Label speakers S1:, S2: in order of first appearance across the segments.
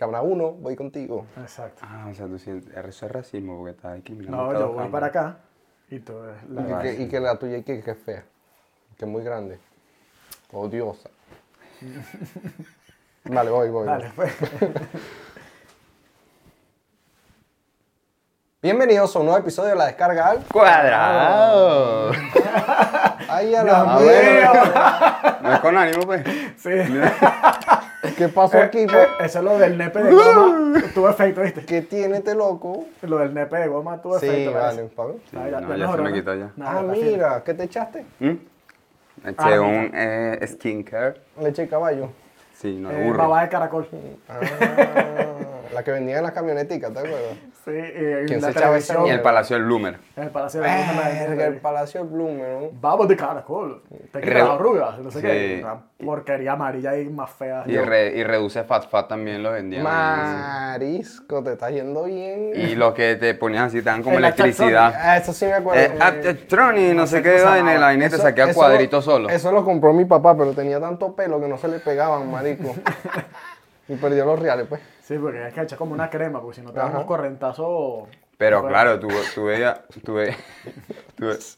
S1: habrá uno, voy contigo.
S2: Exacto.
S3: Ah, o sea, tú sientes, eso es racismo porque estás discriminando. a
S2: No,
S3: todos
S2: yo
S3: los
S2: voy
S3: campos.
S2: para acá y todo es la...
S3: Ah,
S1: Y que,
S3: sí.
S1: y que la tuya y que, que es fea, que es muy grande, odiosa. vale, voy, voy. voy.
S2: Dale, pues.
S1: Bienvenidos a un nuevo episodio de La Descarga al...
S3: ¡Cuadrado!
S1: ¡Ay, a la
S3: A
S1: mierda!
S3: ver, no es con ánimo, pues.
S2: Sí.
S1: ¿Qué pasó aquí, po?
S2: Eh, Eso es lo del nepe de goma. Tuvo efecto, ¿viste?
S1: ¿Qué tiene este loco?
S2: Lo del nepe de goma tuvo
S1: Sí,
S2: efecto.
S1: vale,
S2: parece.
S1: Pablo.
S2: Ah,
S3: no,
S2: ya
S3: ya se
S2: mejoró,
S3: me
S2: ¿no?
S3: quitó ya.
S2: No,
S1: Ah,
S2: está fino.
S1: mira, ¿qué te echaste?
S3: ¿Mm? Eché
S2: Ah,
S3: un eh, skincare.
S1: Leche de caballo.
S3: Sí, no,
S2: Eh,
S3: burro.
S2: babá de caracol.
S1: Ah, la que vendían en las camioneticas, ¿te acuerdas?
S2: Sí, eh,
S1: ¿Quién
S2: en
S1: se
S2: la
S1: echaba esa
S2: televisión.
S3: Y el Palacio del Loomer.
S2: En el Palacio de la Luna, la gente
S1: Verga, el
S2: ahí.
S1: Palacio Blumen, ¿no?
S2: Babos de caracol. Te quita
S3: Re-
S2: las arrugas. No sé
S3: Sí.
S2: qué. Una porquería amarilla y más fea.
S3: Y, re- y reduce fat fat también lo vendían.
S1: Marisco, te está yendo bien.
S3: Y lo que te ponían así, estaban como
S2: En la
S3: electricidad.
S1: Ah, eso sí me acuerdo.
S3: Eh, Aptetroni, no sé qué
S2: cómo se
S3: vaina, y
S2: llamaba.
S3: la vaina te
S1: Eso-
S3: saqué a
S1: eso
S3: cuadrito
S1: lo-
S3: solo.
S1: Eso lo compró mi papá, pero tenía tanto pelo que no se le pegaban, marico. y perdió los reales, pues.
S2: Sí, porque es que echar como una crema, porque si no te dan
S1: Ajá.
S2: unos correntazos. pues,
S3: Pero
S2: Bueno.
S3: claro, tú, tú veías, tú veías, tú veías-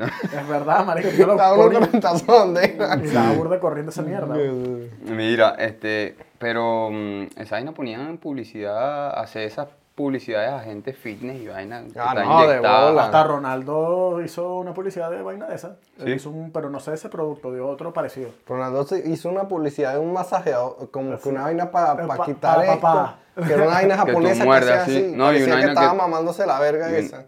S2: Es verdad, marico. Yo lo
S1: Estaba uno
S2: ponía
S1: con el tazón de-
S2: y estaba burda corriendo esa mierda.
S3: Mira, este, pero mm, esa vaina ponían publicidad, hace esas publicidades a gente fitness y vaina que
S1: Ah,
S3: está
S1: no, de
S3: inyectada.
S1: bola.
S2: Hasta Ronaldo hizo una publicidad de vaina de esa. Él
S3: Sí.
S2: Hizo un, pero no sé ese producto, dio otro parecido.
S1: Ronaldo se hizo una publicidad de un masajeador, como que una vaina
S2: Eh,
S1: para
S2: pa-
S1: quitar
S2: pa-
S1: esto.
S2: pa-
S1: Que era una vaina
S3: tú
S1: japonesa que,
S3: muerdes
S1: hacía
S3: así.
S1: así.
S3: No, y
S1: Parecía
S3: una
S1: que
S3: vaina que-
S1: estaba mamándose la verga
S3: y un-
S1: esa.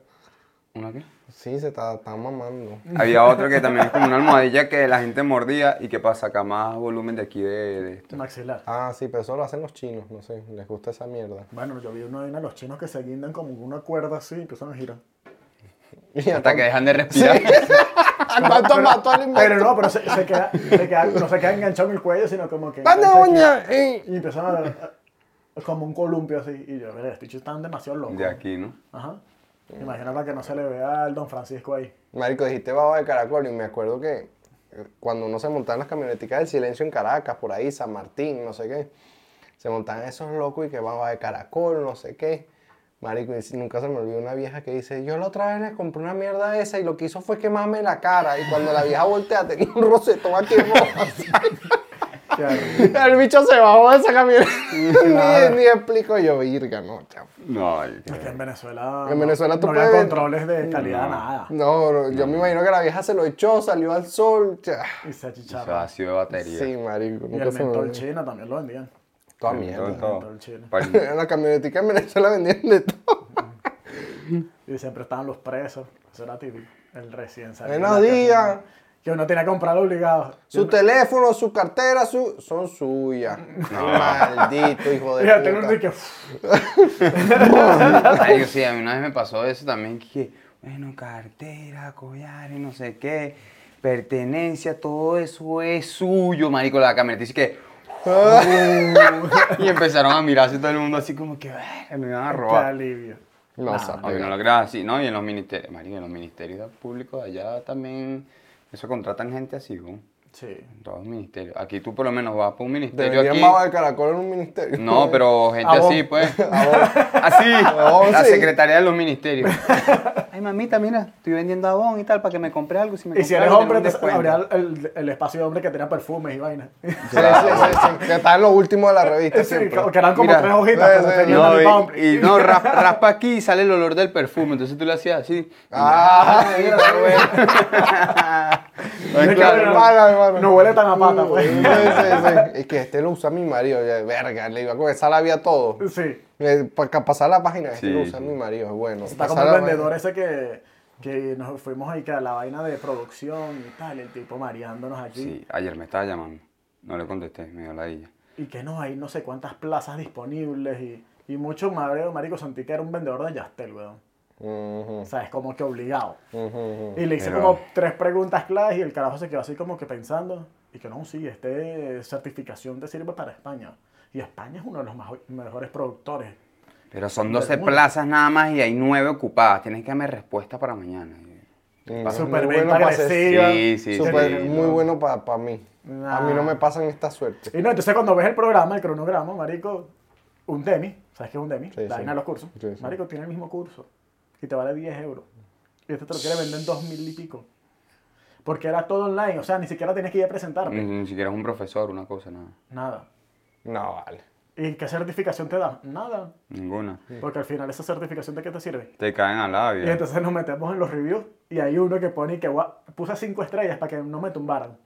S3: ¿Una qué?
S1: Sí, se está, está mamando.
S3: Había otro que también es como una almohadilla que la gente mordía y que para sacar más volumen de aquí de, de esto.
S2: Maxilar.
S1: Ah, sí, pero eso lo hacen los chinos, no sé, les gusta esa mierda.
S2: Bueno, yo vi una vaina de los chinos que se guindan como una cuerda así y empiezan a girar.
S1: Y
S3: Hasta que
S1: tanto-
S3: dejan de respirar.
S1: ¿A cuánto mató al
S2: Pero
S1: invento?
S2: no, pero se, se queda, se queda- no se queda enganchado en el cuello, sino como que.
S1: ¡Panda
S2: engancha aquí.
S1: uña! ey.
S2: Y empiezan a, a- como un columpio así. Y yo, mira, estos chicos están demasiado locos.
S3: De aquí, ¿no?
S2: Ajá. Imagina para que no se le vea al don Francisco ahí.
S1: Marico, dijiste baba de caracol y me acuerdo que eh, cuando uno se montaba en las camioneticas del silencio en Caracas, por ahí, San Martín, no sé qué, se montaban esos locos y que baba de caracol, no sé qué. Marico, y si- nunca se me olvidó una vieja que dice, yo la otra vez le compré una mierda esa y lo que hizo fue quemarme la cara. Y cuando la vieja voltea tenía un rosetón aquí rojo.
S2: Qué horrible.
S1: El bicho se bajó de esa camioneta.
S2: Claro.
S1: ni, ni explico yo, virga, no, chavo.
S3: No,
S2: Es que en Venezuela.
S1: En
S2: no-
S1: Venezuela tú
S2: no había
S1: puedes- Mm,
S2: controles de calidad,
S3: No.
S1: Ah.
S2: nada.
S1: No, no, yo me imagino que la vieja se lo echó, salió al sol. cha.
S2: Y se
S3: eso
S2: achicharra.
S3: ha sido de batería.
S1: Sí, marico,
S2: Y
S1: nunca
S2: el
S1: se me
S2: mentol
S1: olvidó.
S2: china también lo vendían.
S1: Toda
S3: Todo,
S1: mierda.
S3: todo.
S2: Todo el chile.
S3: Par-
S1: En la camionetica en Venezuela vendían de todo.
S2: Y siempre estaban los presos. Eso era típico. El recién salido.
S1: Buenos
S2: de la
S1: días.
S2: casa. Que uno tenía que comprar obligado.
S1: Su teléfono, su cartera, su... son suyas. Ay, Maldito hijo de
S2: Mira, tengo un
S1: puta.
S2: que.
S3: Ay, sí, a mí una vez me pasó eso también, que, bueno, cartera, collares, no sé qué, pertenencia, todo eso es suyo, marico, la camioneta dice que... y empezaron a mirarse todo el mundo así como que, "Verga, me van a
S2: Qué
S3: robar.
S2: alivio.
S1: No, sabes.
S3: A mí no lo creas así, ¿no? Y en los ministerios, marico, en los ministerios públicos de allá también, eso contratan gente así, ¿no?
S2: Sí.
S3: En todos los ministerios. Aquí tú por lo menos vas para un
S1: Te
S3: ministerio
S1: vendían
S3: aquí...
S1: baba de caracol en un ministerio.
S3: No, pero gente
S2: A vos.
S3: así, pues.
S1: A vos.
S3: Así,
S1: Abón,
S3: la
S1: sí.
S3: secretaría de los ministerios. Ay, mamita, mira, estoy vendiendo abón y tal para que me compre algo. Si me
S2: Y si
S3: compre
S2: eres
S3: algo, te
S2: hombre,
S3: doy un
S2: entonces
S3: descuento.
S2: abría el, el espacio de hombre que tenía perfumes y vainas.
S1: Sí, sí, sí, sí, Que está en lo último de la revista
S2: Sí,
S1: siempre.
S2: que eran como
S3: Mira,
S2: tres hojitas,
S1: sí,
S2: pero
S1: sí.
S2: tenían
S3: No,
S2: el
S3: y-
S2: hombre.
S3: y, no, ras- raspa, aquí y sale el olor del perfume. Entonces tú le hacías así.
S1: Ah, mira,
S2: Es
S3: Ay, qué bueno. Ay,
S2: que
S3: claro.
S2: no-
S1: hermano, hermano.
S2: No huele tan a pata,
S1: Sí,
S2: pues.
S1: sí, sí. Es que este lo usa mi marido. ya, Verga, le iba a comenzar la vía todo.
S2: Sí.
S1: Para Eh, pasar la página, este
S3: Sí.
S1: lo usa mi marido. Es bueno.
S2: Está como el vendedor ese que, que nos fuimos ahí que a la vaina de producción y tal, el tipo mareándonos aquí.
S3: Sí, ayer me estaba llamando. No le contesté, me dio la illa.
S2: Y que no, hay no sé cuántas plazas disponibles y, y mucho mareo, marico, sentí que era un vendedor de Yastel, weón. O sea, es como que obligado. Y le hice
S3: Pero-
S2: como tres preguntas claves y el carajo se quedó así como que pensando. Y que no, sí, este certificación te sirve para España. Y España es uno de los majo- mejores productores.
S3: Pero son 12
S2: Bueno.
S3: plazas nada más y hay 9 ocupadas. Tienes que darme respuesta para mañana.
S2: Súper
S1: bien
S2: venta agresiva.
S3: Sí, sí,
S1: Súper-
S3: sí,
S1: muy
S3: no.
S1: bueno para mí. A mí no me pasan esta suerte.
S2: Y no, entonces cuando ves el programa, el cronograma, marico, un demi, ¿sabes qué es un demi?
S1: Sí,
S2: la
S1: sí.
S2: vaina de los cursos.
S1: Sí, sí.
S2: Marico, tiene el mismo curso y te vale 10 euros. Y este te lo quiere vender en 2 mil y pico. Porque era todo online, o sea, ni siquiera tenías que ir a presentarte.
S3: Ni, ni siquiera es un profesor, una cosa, nada.
S1: Mm.
S2: Nada.
S1: No, vale.
S2: ¿Y qué certificación te da? Nada.
S3: Ninguna.
S2: Porque al final esa certificación de qué te sirve.
S3: Te caen al
S2: Y
S3: labio.
S2: entonces nos metemos en los reviews y hay uno que pone que "Gua- puse 5 estrellas para que no me tumbaran.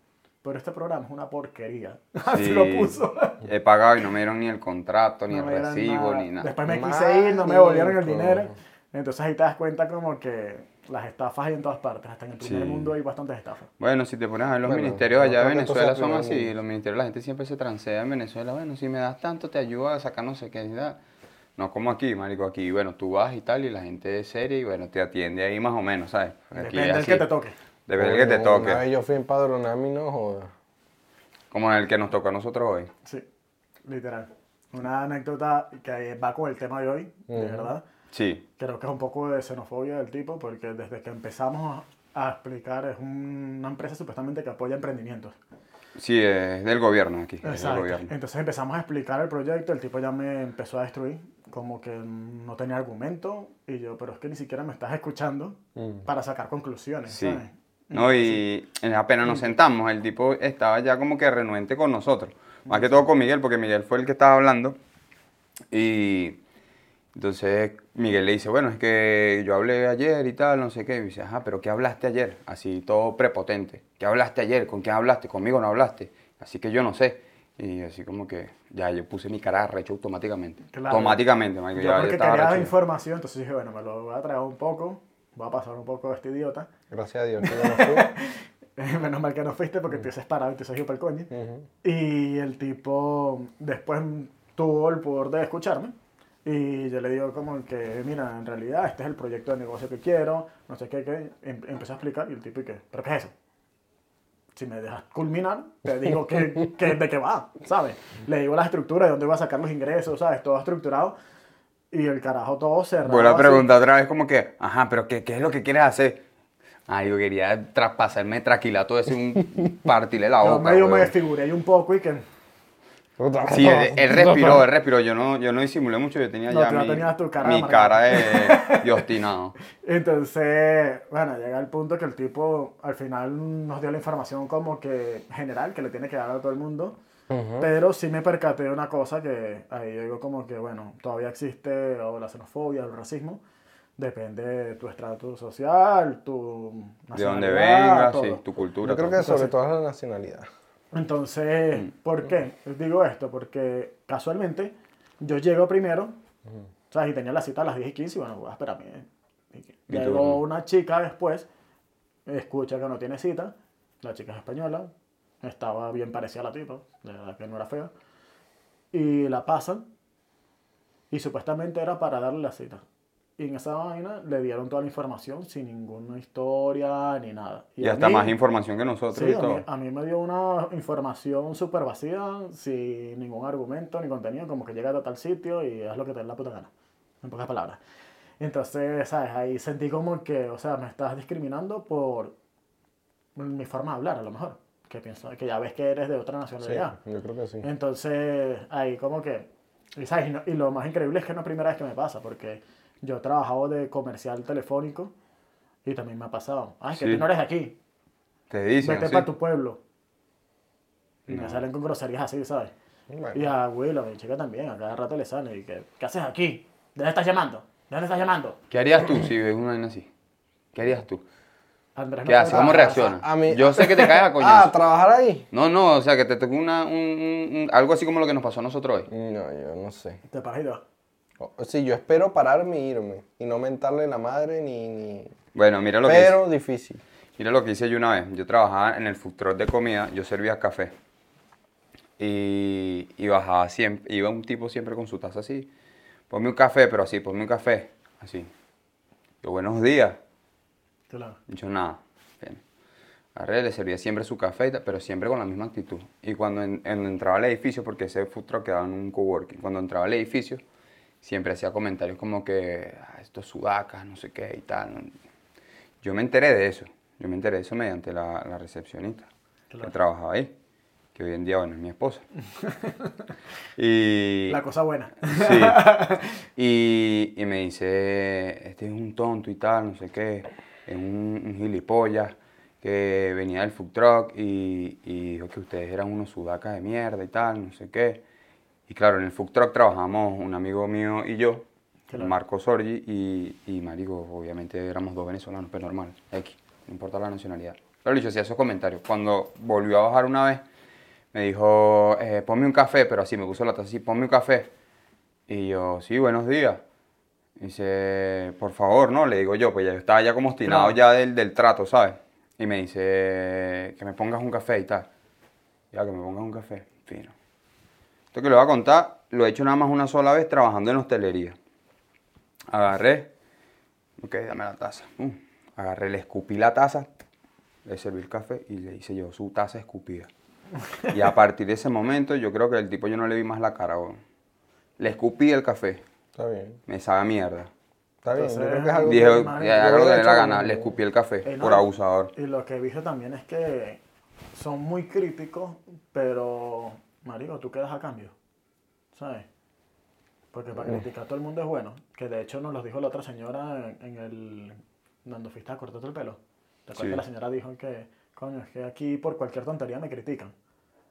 S2: Pero este programa es una porquería. Así
S3: Sí.
S2: lo puso.
S3: He pagado y no me dieron ni el contrato, ni
S2: No me
S3: el
S2: dieron
S3: recibo,
S2: nada.
S3: ni nada.
S2: Después me quise ir, no me devolvieron el
S1: Marico.
S2: dinero. Entonces ahí te das cuenta como que las estafas hay en todas partes. Hasta en el primer
S3: Sí.
S2: mundo hay bastantes estafas.
S3: Bueno, si te pones a ver los
S1: Bueno,
S3: ministerios allá
S1: no
S3: de
S1: creo que esto sea
S3: Venezuela son
S1: primer
S3: así,
S1: mundo.
S3: los ministerios la gente siempre se transea en Venezuela, bueno, si me das tanto te ayuda a sacar no sé qué, da. no como aquí, marico, aquí, bueno, tú vas y tal y la gente es seria y bueno, te atiende ahí más o menos, ¿sabes? Aquí
S2: Depende
S3: es
S2: del
S3: así.
S2: que te toque.
S3: Depende del que te
S1: Coño,
S3: toque,
S1: Una vez yo fui en Padronami, no joda.
S3: como el que nos tocó a nosotros hoy.
S2: Sí, literal. Una anécdota que va con el tema de hoy, de verdad.
S3: Sí,
S2: Creo que es un poco de xenofobia del tipo, porque desde que empezamos a explicar, es un- una empresa supuestamente que apoya emprendimientos.
S3: sí, es del gobierno aquí, es del
S2: Exacto.
S3: gobierno.
S2: Entonces empezamos a explicar el proyecto, el tipo ya me empezó a destruir, como que no tenía argumento, y yo, pero es que ni siquiera me estás escuchando para sacar conclusiones,
S3: Mm. Sí.
S2: ¿sabes?
S3: No, y apenas nos sentamos, el tipo estaba ya como que renuente con nosotros. Más que todo con Miguel, porque Miguel fue el que estaba hablando. Y entonces Miguel le dice, bueno, es que yo hablé ayer y tal, no sé qué. Y dice, ajá, pero ¿qué hablaste ayer? Así todo prepotente. ¿Qué hablaste ayer? ¿Con quién hablaste? Conmigo no hablaste. Así que yo no sé. Y así como que ya yo puse mi cara arrecho automáticamente.
S2: Claro.
S3: Automáticamente, marico,
S2: Yo
S3: ya- ya
S2: porque
S3: estaba
S2: quería dar
S3: arrecho.
S2: información, entonces dije, bueno, me lo voy a traer un poco, voy a pasar un poco de este idiota.
S1: Gracias a Dios que yo no fui.
S2: Menos mal que no fuiste porque te hubieses parado y te hubieses ido para el coño.
S1: Ujú.
S2: Y el tipo después tuvo el poder de escucharme. Y yo le digo como que, mira, en realidad este es el proyecto de negocio que quiero, no sé qué, qué. Em- Empecé a explicar y el tipo, ¿y qué? ¿Pero qué es eso? Si me dejas culminar, te digo que, que- de qué va, ¿sabes? Le digo la estructura, de dónde voy a sacar los ingresos, ¿sabes? Todo estructurado. Y el carajo todo cerrado.
S3: Vuelvo a
S2: así.
S3: preguntar otra vez como que, ajá, pero ¿qué, qué es lo que quieres hacer? Ah, yo quería traspasarme traquilato ese un partirle la
S2: Yo
S3: boca.
S2: medio me
S3: weón.
S2: desfiguré ahí un poco y que
S1: Puta,
S3: Sí, él, él
S1: puta,
S3: respiró, él respiró. Yo no, yo no disimulé mucho, yo tenía
S2: No,
S3: ya
S2: tú ya
S3: mi,
S2: tenías tu cara de
S3: mi
S2: amargado.
S3: cara de, de obstinado.
S2: Entonces, bueno, llega el punto que el tipo al final nos dio la información como que general, que le tiene que dar a todo el mundo. Pero sí me percaté de una cosa que ahí yo digo como que, bueno, todavía existe o la xenofobia, o el racismo. Depende de tu estrato social, tu
S3: De donde
S2: nacionalidad,
S3: vengas,
S2: todo.
S3: sí, tu cultura.
S1: Yo creo
S3: todo.
S1: que sobre todo es la nacionalidad.
S2: Entonces, ¿por qué? Digo esto porque casualmente yo llego primero, o sea, y tenía la cita a las 10 y 15, y bueno, voy a esperar a mí. Y que-
S3: Mi
S2: Llegó
S3: turno.
S2: una chica después, escucha que no tiene cita, la chica es española, estaba bien parecida a la tipa, de verdad que no era fea, y la pasan, y supuestamente era para darle la cita. Y en esa vaina le dieron toda la información sin ninguna historia ni nada.
S3: Y
S2: a
S3: hasta
S2: mí-
S3: más información que nosotros
S2: Sí,
S3: y
S2: a
S3: todo.
S2: mí, a mí me dio una información súper vacía, sin ningún argumento ni contenido, como que llega a tal sitio y haz lo que te dé la puta gana, en pocas palabras. Entonces, ¿sabes? Ahí sentí como que, o sea, me estás discriminando por mi forma de hablar, a lo mejor, que pienso, que ya ves que eres de otra
S1: Sí,
S2: nacionalidad.
S1: yo creo que sí.
S2: ¿Eh? Entonces, ahí como que, y, ¿sabes? Y, no- y lo más increíble es que no es la primera vez que me pasa, porque yo he trabajado de comercial telefónico y también me ha pasado, ay, que
S3: Sí.
S2: tú no eres de aquí,
S3: Te dicen,
S2: vete
S3: sí.
S2: para tu pueblo. Y me salen con groserías así, ¿sabes?
S1: Bueno,
S2: Y a abuela, mi chica también, a cada rato le sale. Y que, ¿qué haces aquí? ¿De dónde estás llamando? ¿De dónde estás llamando?
S3: ¿Qué harías tú si ves una vaina así? ¿Qué harías tú?
S2: Andrés
S3: ¿Qué haces? ¿Cómo
S2: trabaja.
S3: reaccionas?
S1: a mí-
S3: Yo sé que te caes a
S1: Ah,
S3: coñazo.
S1: ¿trabajar ahí?
S3: No, no, o sea, que te tocó una, un- un- un- algo así como lo que nos pasó a nosotros hoy.
S1: No, yo no sé.
S2: Te paras y te vas.
S1: O- Sí, yo espero pararme e irme. Y no mentarle la madre ni... ni...
S3: Bueno, mira lo que hice.
S1: Pero difícil.
S3: Mira lo que hice yo una vez. Yo trabajaba en el food truck de comida, yo servía café. Y, y bajaba siempre, iba un tipo siempre con su taza así. Ponme un café, pero así, ponme un café. Así. Yo, buenos días.
S2: Claro.
S3: Yo nada. Bien. Arre, le servía siempre su café, y tal, pero siempre con la misma actitud. Y cuando en- en- entraba al edificio, porque ese food truck quedaba en un coworking, cuando entraba al edificio, siempre hacía comentarios como que "Ah, estos sudacas, no sé qué y tal. Yo me enteré de eso. Yo me enteré de eso mediante la, la recepcionista
S2: Claro.
S3: que trabajaba ahí. que hoy en día, bueno, es mi esposa. y,
S2: La cosa buena.
S3: sí. y, y me dice, este es un tonto y tal, no sé qué, es un, un gilipollas que venía del food truck y, y dijo que ustedes eran unos sudacas de mierda y tal, no sé qué. Y claro, en el food truck trabajamos un amigo mío y yo,
S2: Claro.
S3: Marco Sorgi, y, y marico, obviamente éramos dos venezolanos, pero normal, X, no importa la nacionalidad. Claro, yo hacía esos comentarios. Cuando volvió a bajar una vez, me dijo, eh, ponme un café, pero así, me puso la taza así, ponme un café. Y yo, sí, buenos días. Dice, por favor, ¿no? Le digo yo, pues ya yo estaba ya como obstinado
S2: Claro.
S3: ya del, del trato, ¿sabes? Y me dice, que me pongas un café y tal. Ya, que me pongas un café, fino. Esto que le voy a contar, lo he hecho nada más una sola vez trabajando en hostelería. Agarré, ok, dame la taza. Mm. Agarré, le escupí la taza, le serví el café y le hice yo su taza escupida. Y a partir de ese momento, yo creo que el tipo yo no le vi más la cara, weón. Le escupí el café,
S1: Está bien.
S3: me sabe a mierda.
S1: Está bien.
S2: Entonces,
S1: yo creo que es algo
S3: Dije,
S1: que-
S2: Madre,
S3: ya
S1: yo
S3: haga lo que
S1: hubiera
S3: le dé la
S1: hecho
S3: gana,
S1: algo.
S3: le escupí el café
S2: Eh, no,
S3: por abusador.
S2: Y lo que he visto también es que son muy críticos, pero, marico, tú quedas a cambio, ¿sabes? Porque para criticar a todo el mundo es bueno. Que de hecho nos lo dijo la otra señora en, en el... Cuando fuiste a cortarte el pelo. ¿Te acuerdas
S3: Sí.
S2: que la señora dijo que, coño, es que aquí por cualquier tontería me critican?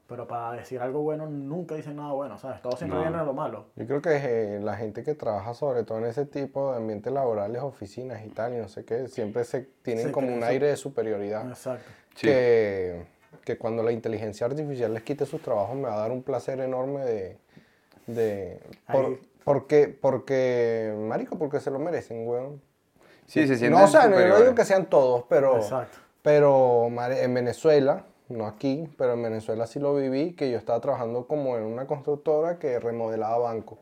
S2: Pero para decir algo bueno nunca dicen nada bueno, ¿sabes? Todo siempre
S3: No.
S2: viene de lo malo.
S1: Yo creo que eh, la gente que trabaja sobre todo en ese tipo de ambientes laborales, oficinas y tal, y no sé qué, siempre se tienen
S2: Se
S1: como
S2: creen
S1: un
S2: su- Ah,
S1: aire de superioridad.
S2: Exacto.
S3: Sí.
S1: Que, que cuando la inteligencia artificial les quite sus trabajos me va a dar un placer enorme de... de por-
S2: Ahí.
S1: porque, porque, marico, porque se lo merecen, weón.
S3: Sí, se sienten
S1: Eh, No, o sea, no- no
S3: superiores.
S1: digo que sean todos, pero...
S2: Exacto.
S1: Pero mare- en Venezuela, no aquí, pero en Venezuela sí lo viví, que yo estaba trabajando como en una constructora que remodelaba banco.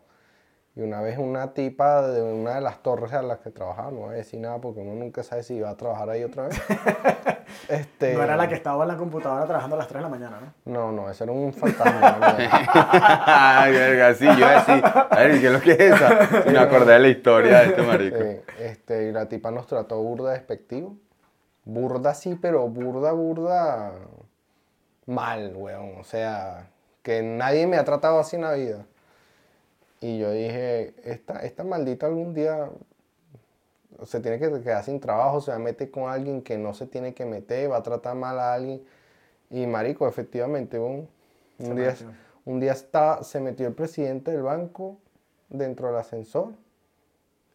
S1: Y una vez una tipa de una de las torres a las que trabajaba, no voy a decir nada porque uno nunca sabe si va a trabajar ahí otra vez. este,
S2: No era la que estaba en la computadora trabajando a las 3 de la mañana, ¿no?
S1: No, no, ese era un fantasma. ¿no?
S3: Ay, verga, sí, yo iba a decir, ay, ¿qué es lo que es esa? Y me acordé de la historia de este marico.
S1: Sí, este, y la tipa nos trató burda despectivo. Burda sí, pero burda, burda mal, weón. O sea, que nadie me ha tratado así en la vida. Y yo dije, esta, esta maldita algún día se tiene que quedar sin trabajo, se va a meter con alguien que no se tiene que meter, va a tratar mal a alguien. Y marico, efectivamente, un, un
S2: Se
S1: día,
S2: metió.
S1: un día está, se metió el presidente del banco dentro del ascensor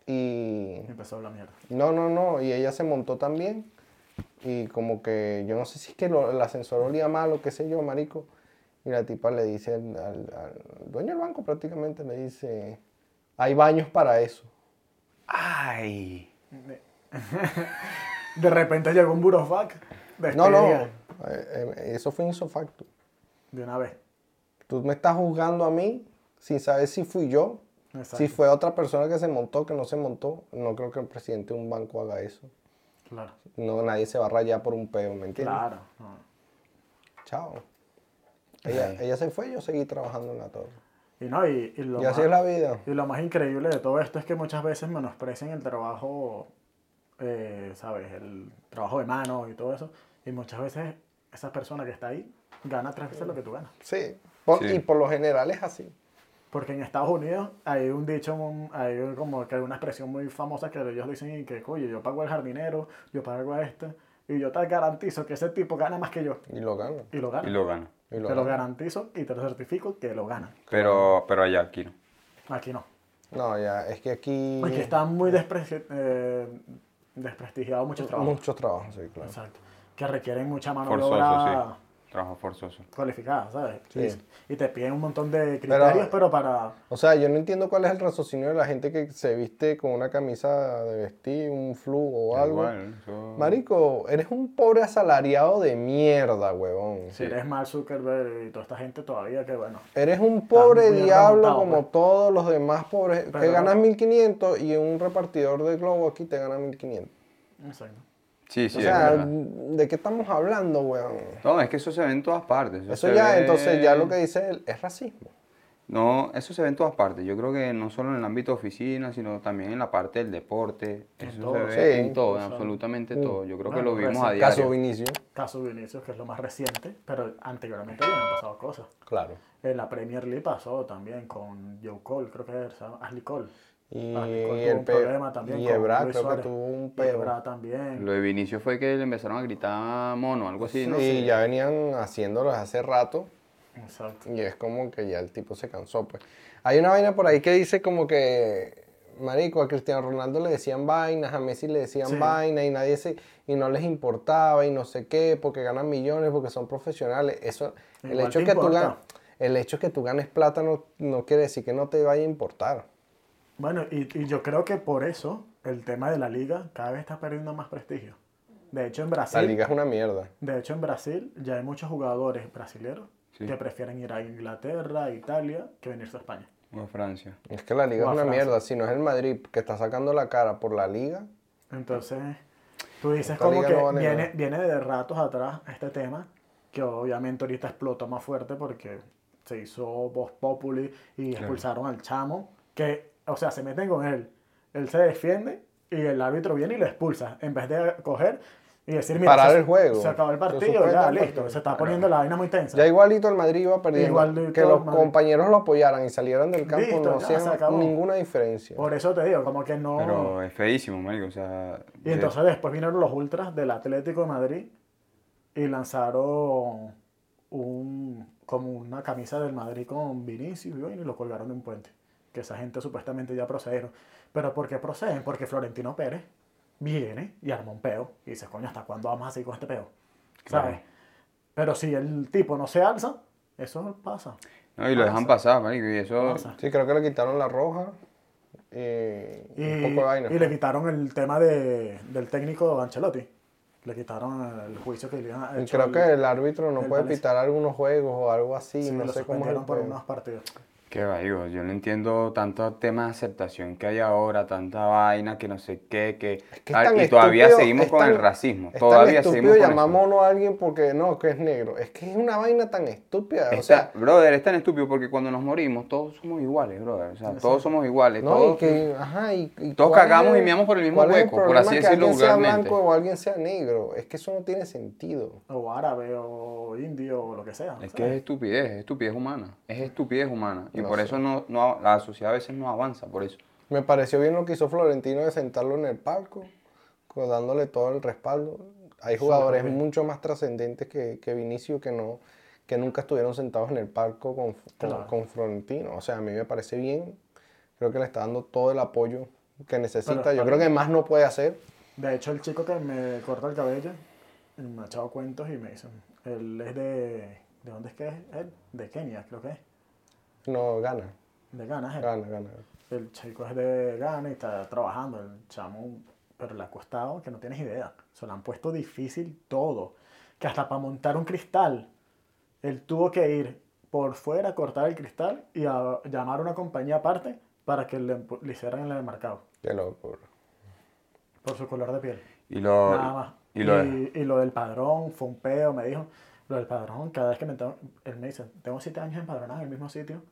S1: y...
S2: Y empezó la mierda.
S1: No, no, no, y ella se montó también y como que yo no sé si es que lo- el ascensor olía mal o qué sé yo, marico. Y la tipa le dice al, al- al dueño del banco prácticamente, le dice, hay baños para eso.
S3: Ay.
S2: De repente llegó un burofax. de
S1: No, no,
S2: despedida,
S1: eh, eh, eso fue insofacto.
S2: De una vez.
S1: Tú me estás juzgando a mí sin saber si fui yo,
S2: Exacto.
S1: si fue otra persona que se montó, que no se montó. No creo que el presidente de un banco haga eso.
S2: Claro.
S1: No, nadie se va a rayar por un peo, ¿me entiendes?
S2: Claro. no.
S1: Chao. Ella, ella se fue, yo seguí trabajando en la torre.
S2: Y no, y, y lo
S1: Y
S2: más,
S1: así es la vida.
S2: y lo más increíble de todo esto es que muchas veces menosprecian el trabajo, eh, ¿sabes? El trabajo de mano y todo eso. Y muchas veces esa persona que está ahí gana tres veces lo que tú ganas.
S1: Sí. Por-
S3: Sí.
S1: Y por lo general es así.
S2: Porque en Estados Unidos hay un dicho, un- hay un- como que una expresión muy famosa que ellos dicen y que, oye, yo pago al jardinero, yo pago a este, y yo te garantizo que ese tipo gana más que yo.
S1: Y lo gano.
S2: Y lo gana.
S3: Y lo gano.
S1: Y lo
S2: te lo
S1: gano.
S2: garantizo y te lo certifico que lo gana.
S3: Pero, pero allá, aquí no.
S2: Aquí no.
S1: No, ya, es que aquí.
S2: Aquí están muy despre- eh, desprestigiados muchos trabajos.
S1: Muchos trabajos, sí, claro.
S2: Exacto. Que requieren mucha mano de
S3: Forzoso,
S2: obra
S3: sí. Trabajo forzoso.
S2: cualificada, ¿sabes?
S1: Sí.
S2: Y, y te piden un montón de criterios, pero, para...
S1: O sea, yo no entiendo cuál es el raciocinio de la gente que se viste con una camisa de vestir, un flu o algo.
S3: Igual, eso-
S1: Marico, eres un pobre asalariado de mierda, huevón.
S2: Si eres Mark Zuckerberg y toda esta gente todavía, que bueno.
S1: Eres un pobre
S2: muy
S1: diablo
S2: remontado,
S1: como
S2: pues.
S1: todos los demás pobres. que
S2: Pero-
S1: ganas 1500 y un repartidor de globo aquí te gana 1500.
S2: Exacto.
S3: Sí, sí,
S1: o
S3: es
S1: sea,
S3: verdad.
S1: ¿de qué estamos hablando, huevón?
S3: No, es que eso se ve en todas partes.
S1: Eso
S3: se
S1: ya,
S3: ve-
S1: entonces ya lo que dice él es racismo.
S3: No, eso se ve en todas partes. Yo creo que no solo en el ámbito de oficina, sino también en la parte del deporte.
S2: En
S3: Eso
S2: todo,
S3: se ve
S1: sí.
S3: en todo, en
S2: O sea,
S3: absolutamente todo. Yo creo que
S2: bueno,
S3: lo vimos
S2: pues,
S3: a diario.
S1: Caso Vinicius.
S2: Caso Vinicius, que es lo más reciente, pero anteriormente ya han pasado cosas.
S1: Claro.
S2: En la Premier League pasó también con Joe Cole, creo que era se llama Ashley Cole.
S1: Y
S2: Ashley Cole
S1: el pe- y
S2: con
S1: Ebra, creo
S2: Luis
S1: que
S2: Suárez.
S1: tuvo un
S2: Y Ebra
S1: pedo.
S2: también.
S3: Lo de Vinicio fue que le empezaron a gritar mono, algo así,
S1: Sí,
S3: ¿no?
S1: ya venían haciéndolos hace rato.
S2: Exacto.
S1: Y es como que ya el tipo se cansó, pues. Hay una vaina por ahí que dice como que, marico, a Cristiano Ronaldo le decían vainas, a Messi le decían
S2: Sí.
S1: vainas y nadie se, y no les importaba y no sé qué, porque ganan millones, porque son profesionales. Eso, el
S2: Igual
S1: hecho
S2: te
S1: que tú
S2: importa.
S1: ganes, el hecho que tú ganes plata no, no quiere decir que no te vaya a importar.
S2: Bueno, y, y yo creo que por eso el tema de la liga cada vez está perdiendo más prestigio. De hecho, en
S1: La
S2: Brasil,
S1: liga es una mierda.
S2: de hecho, en Brasil ya hay muchos jugadores brasileños
S3: Sí.
S2: que prefieren ir a Inglaterra, a Italia, que venirse a España.
S3: O a Francia.
S1: Es que la liga
S2: O a
S1: es una
S2: Francia.
S1: mierda. Si no es el Madrid que está sacando la cara por la liga,
S2: Entonces, tú dices
S1: Esta
S2: como
S1: liga
S2: que
S1: no vale
S2: viene,
S1: nada.
S2: viene de ratos atrás este tema, que obviamente ahorita explotó más fuerte porque se hizo Voz Populi y expulsaron al chamo, que, o sea, se meten con él, él se defiende y el árbitro viene y lo expulsa, en vez de coger y decir, mira,
S1: Parar
S2: se-
S1: el juego.
S2: se acabó el
S1: Se
S2: partido,
S1: suspende
S2: ya,
S1: el
S2: listo,
S1: partido.
S2: se está poniendo la vaina muy tensa.
S1: ya igualito el Madrid iba perdiendo.
S2: Igualito
S1: que los
S2: el Madrid.
S1: compañeros lo apoyaran y salieran del campo
S2: Listo,
S1: no
S2: ya, se
S1: hacía
S2: acabó.
S1: ninguna diferencia.
S2: Por eso te digo, como que no...
S3: Pero es feísimo, marico, o sea...
S2: Y entonces después vinieron los ultras del Atlético de Madrid y lanzaron un, como una camisa del Madrid con Vinicius y vaina, y lo colgaron de un puente. Que esa gente supuestamente ya procedieron. Pero ¿por qué proceden? Porque Florentino Pérez viene y arma un peo y dice, coño, ¿hasta cuándo vamos a seguir con este peo? ¿Sabes?
S3: Claro.
S2: Pero si el tipo no se alza, eso pasa.
S3: No, y
S1: ah,
S3: lo dejan pasar, marico, y eso...
S2: Pasa.
S1: Sí, creo que le quitaron la roja y, un poco de vaina.
S2: y le quitaron el tema de, del técnico Ancelotti. Le quitaron el juicio que le iban
S1: Y creo que el árbitro no
S2: el
S1: puede
S2: Valencia.
S1: pitar algunos juegos o algo así,
S2: Sí,
S1: no
S2: lo
S1: sé cómo es el
S2: suspendieron por
S1: pedo.
S2: unos partidos.
S3: Qué va, digo, yo no entiendo tanto tema de aceptación que hay ahora, tanta vaina, que no sé qué, que...
S1: Que es
S3: tal,
S1: tan
S3: Ah, y todavía
S1: estúpido,
S3: seguimos
S1: es
S3: con
S1: tan-
S3: el racismo,
S1: es tan
S3: todavía seguimos
S1: estúpido
S3: con eso.
S1: llamar mono a alguien porque no, que es negro. Es que es una vaina tan estúpida, o
S3: Está-
S1: sea,
S3: brother, es tan estúpido porque cuando nos morimos todos somos iguales, brother. O sea, todos somos iguales.
S1: no,
S3: todos,
S1: y que, ajá, y, y
S3: todos
S1: cuál es
S3: cagamos y
S1: el-
S3: meamos por el mismo
S1: cuál es
S3: hueco, por
S1: problema
S3: así
S1: que
S3: decirlo
S1: alguien sea
S3: vulgarmente.
S1: blanco o alguien sea negro, es que eso no tiene sentido.
S2: O árabe, o indio, o lo que sea.
S3: Es que es
S2: ¿sabes?
S3: estupidez, es estupidez humana. Es estupidez humana. Y
S1: No
S3: por
S1: sé.
S3: eso no, no, la sociedad a veces no avanza, por eso.
S1: Me pareció bien lo que hizo Florentino de sentarlo en el palco, con- dándole todo el respaldo. Hay jugadores mucho más trascendentes que, que Vinicio que no que nunca estuvieron sentados en el palco con, con,
S2: Claro.
S1: con Florentino. O sea, a mí me parece bien. Creo que le está dando todo el apoyo que necesita.
S2: Pero-
S1: Yo creo que más no puede hacer.
S2: De hecho, el chico que me corta el cabello me ha echado cuentos y me dicen, él es de... ¿De dónde es que es él? De Kenia, creo que es.
S1: No, gana,
S2: De Ghana es él.
S1: gana, gana.
S2: El chico es de Ghana y está trabajando, el chamo, pero le ha costado que no tienes idea. Se lo han puesto difícil todo. Que hasta para montar un cristal, él tuvo que ir por fuera a cortar el cristal y a llamar a una compañía aparte para que le, empu- le hicieran el marcado
S1: Qué locura.
S2: por su color de piel.
S3: Y lo.
S2: Nada más.
S3: Oh, Y
S2: Y,
S3: lo
S2: y lo del padrón fue un peo, me dijo. Lo del padrón, cada vez que me tengo, él me dice, tengo siete años empadronado en el mismo sitio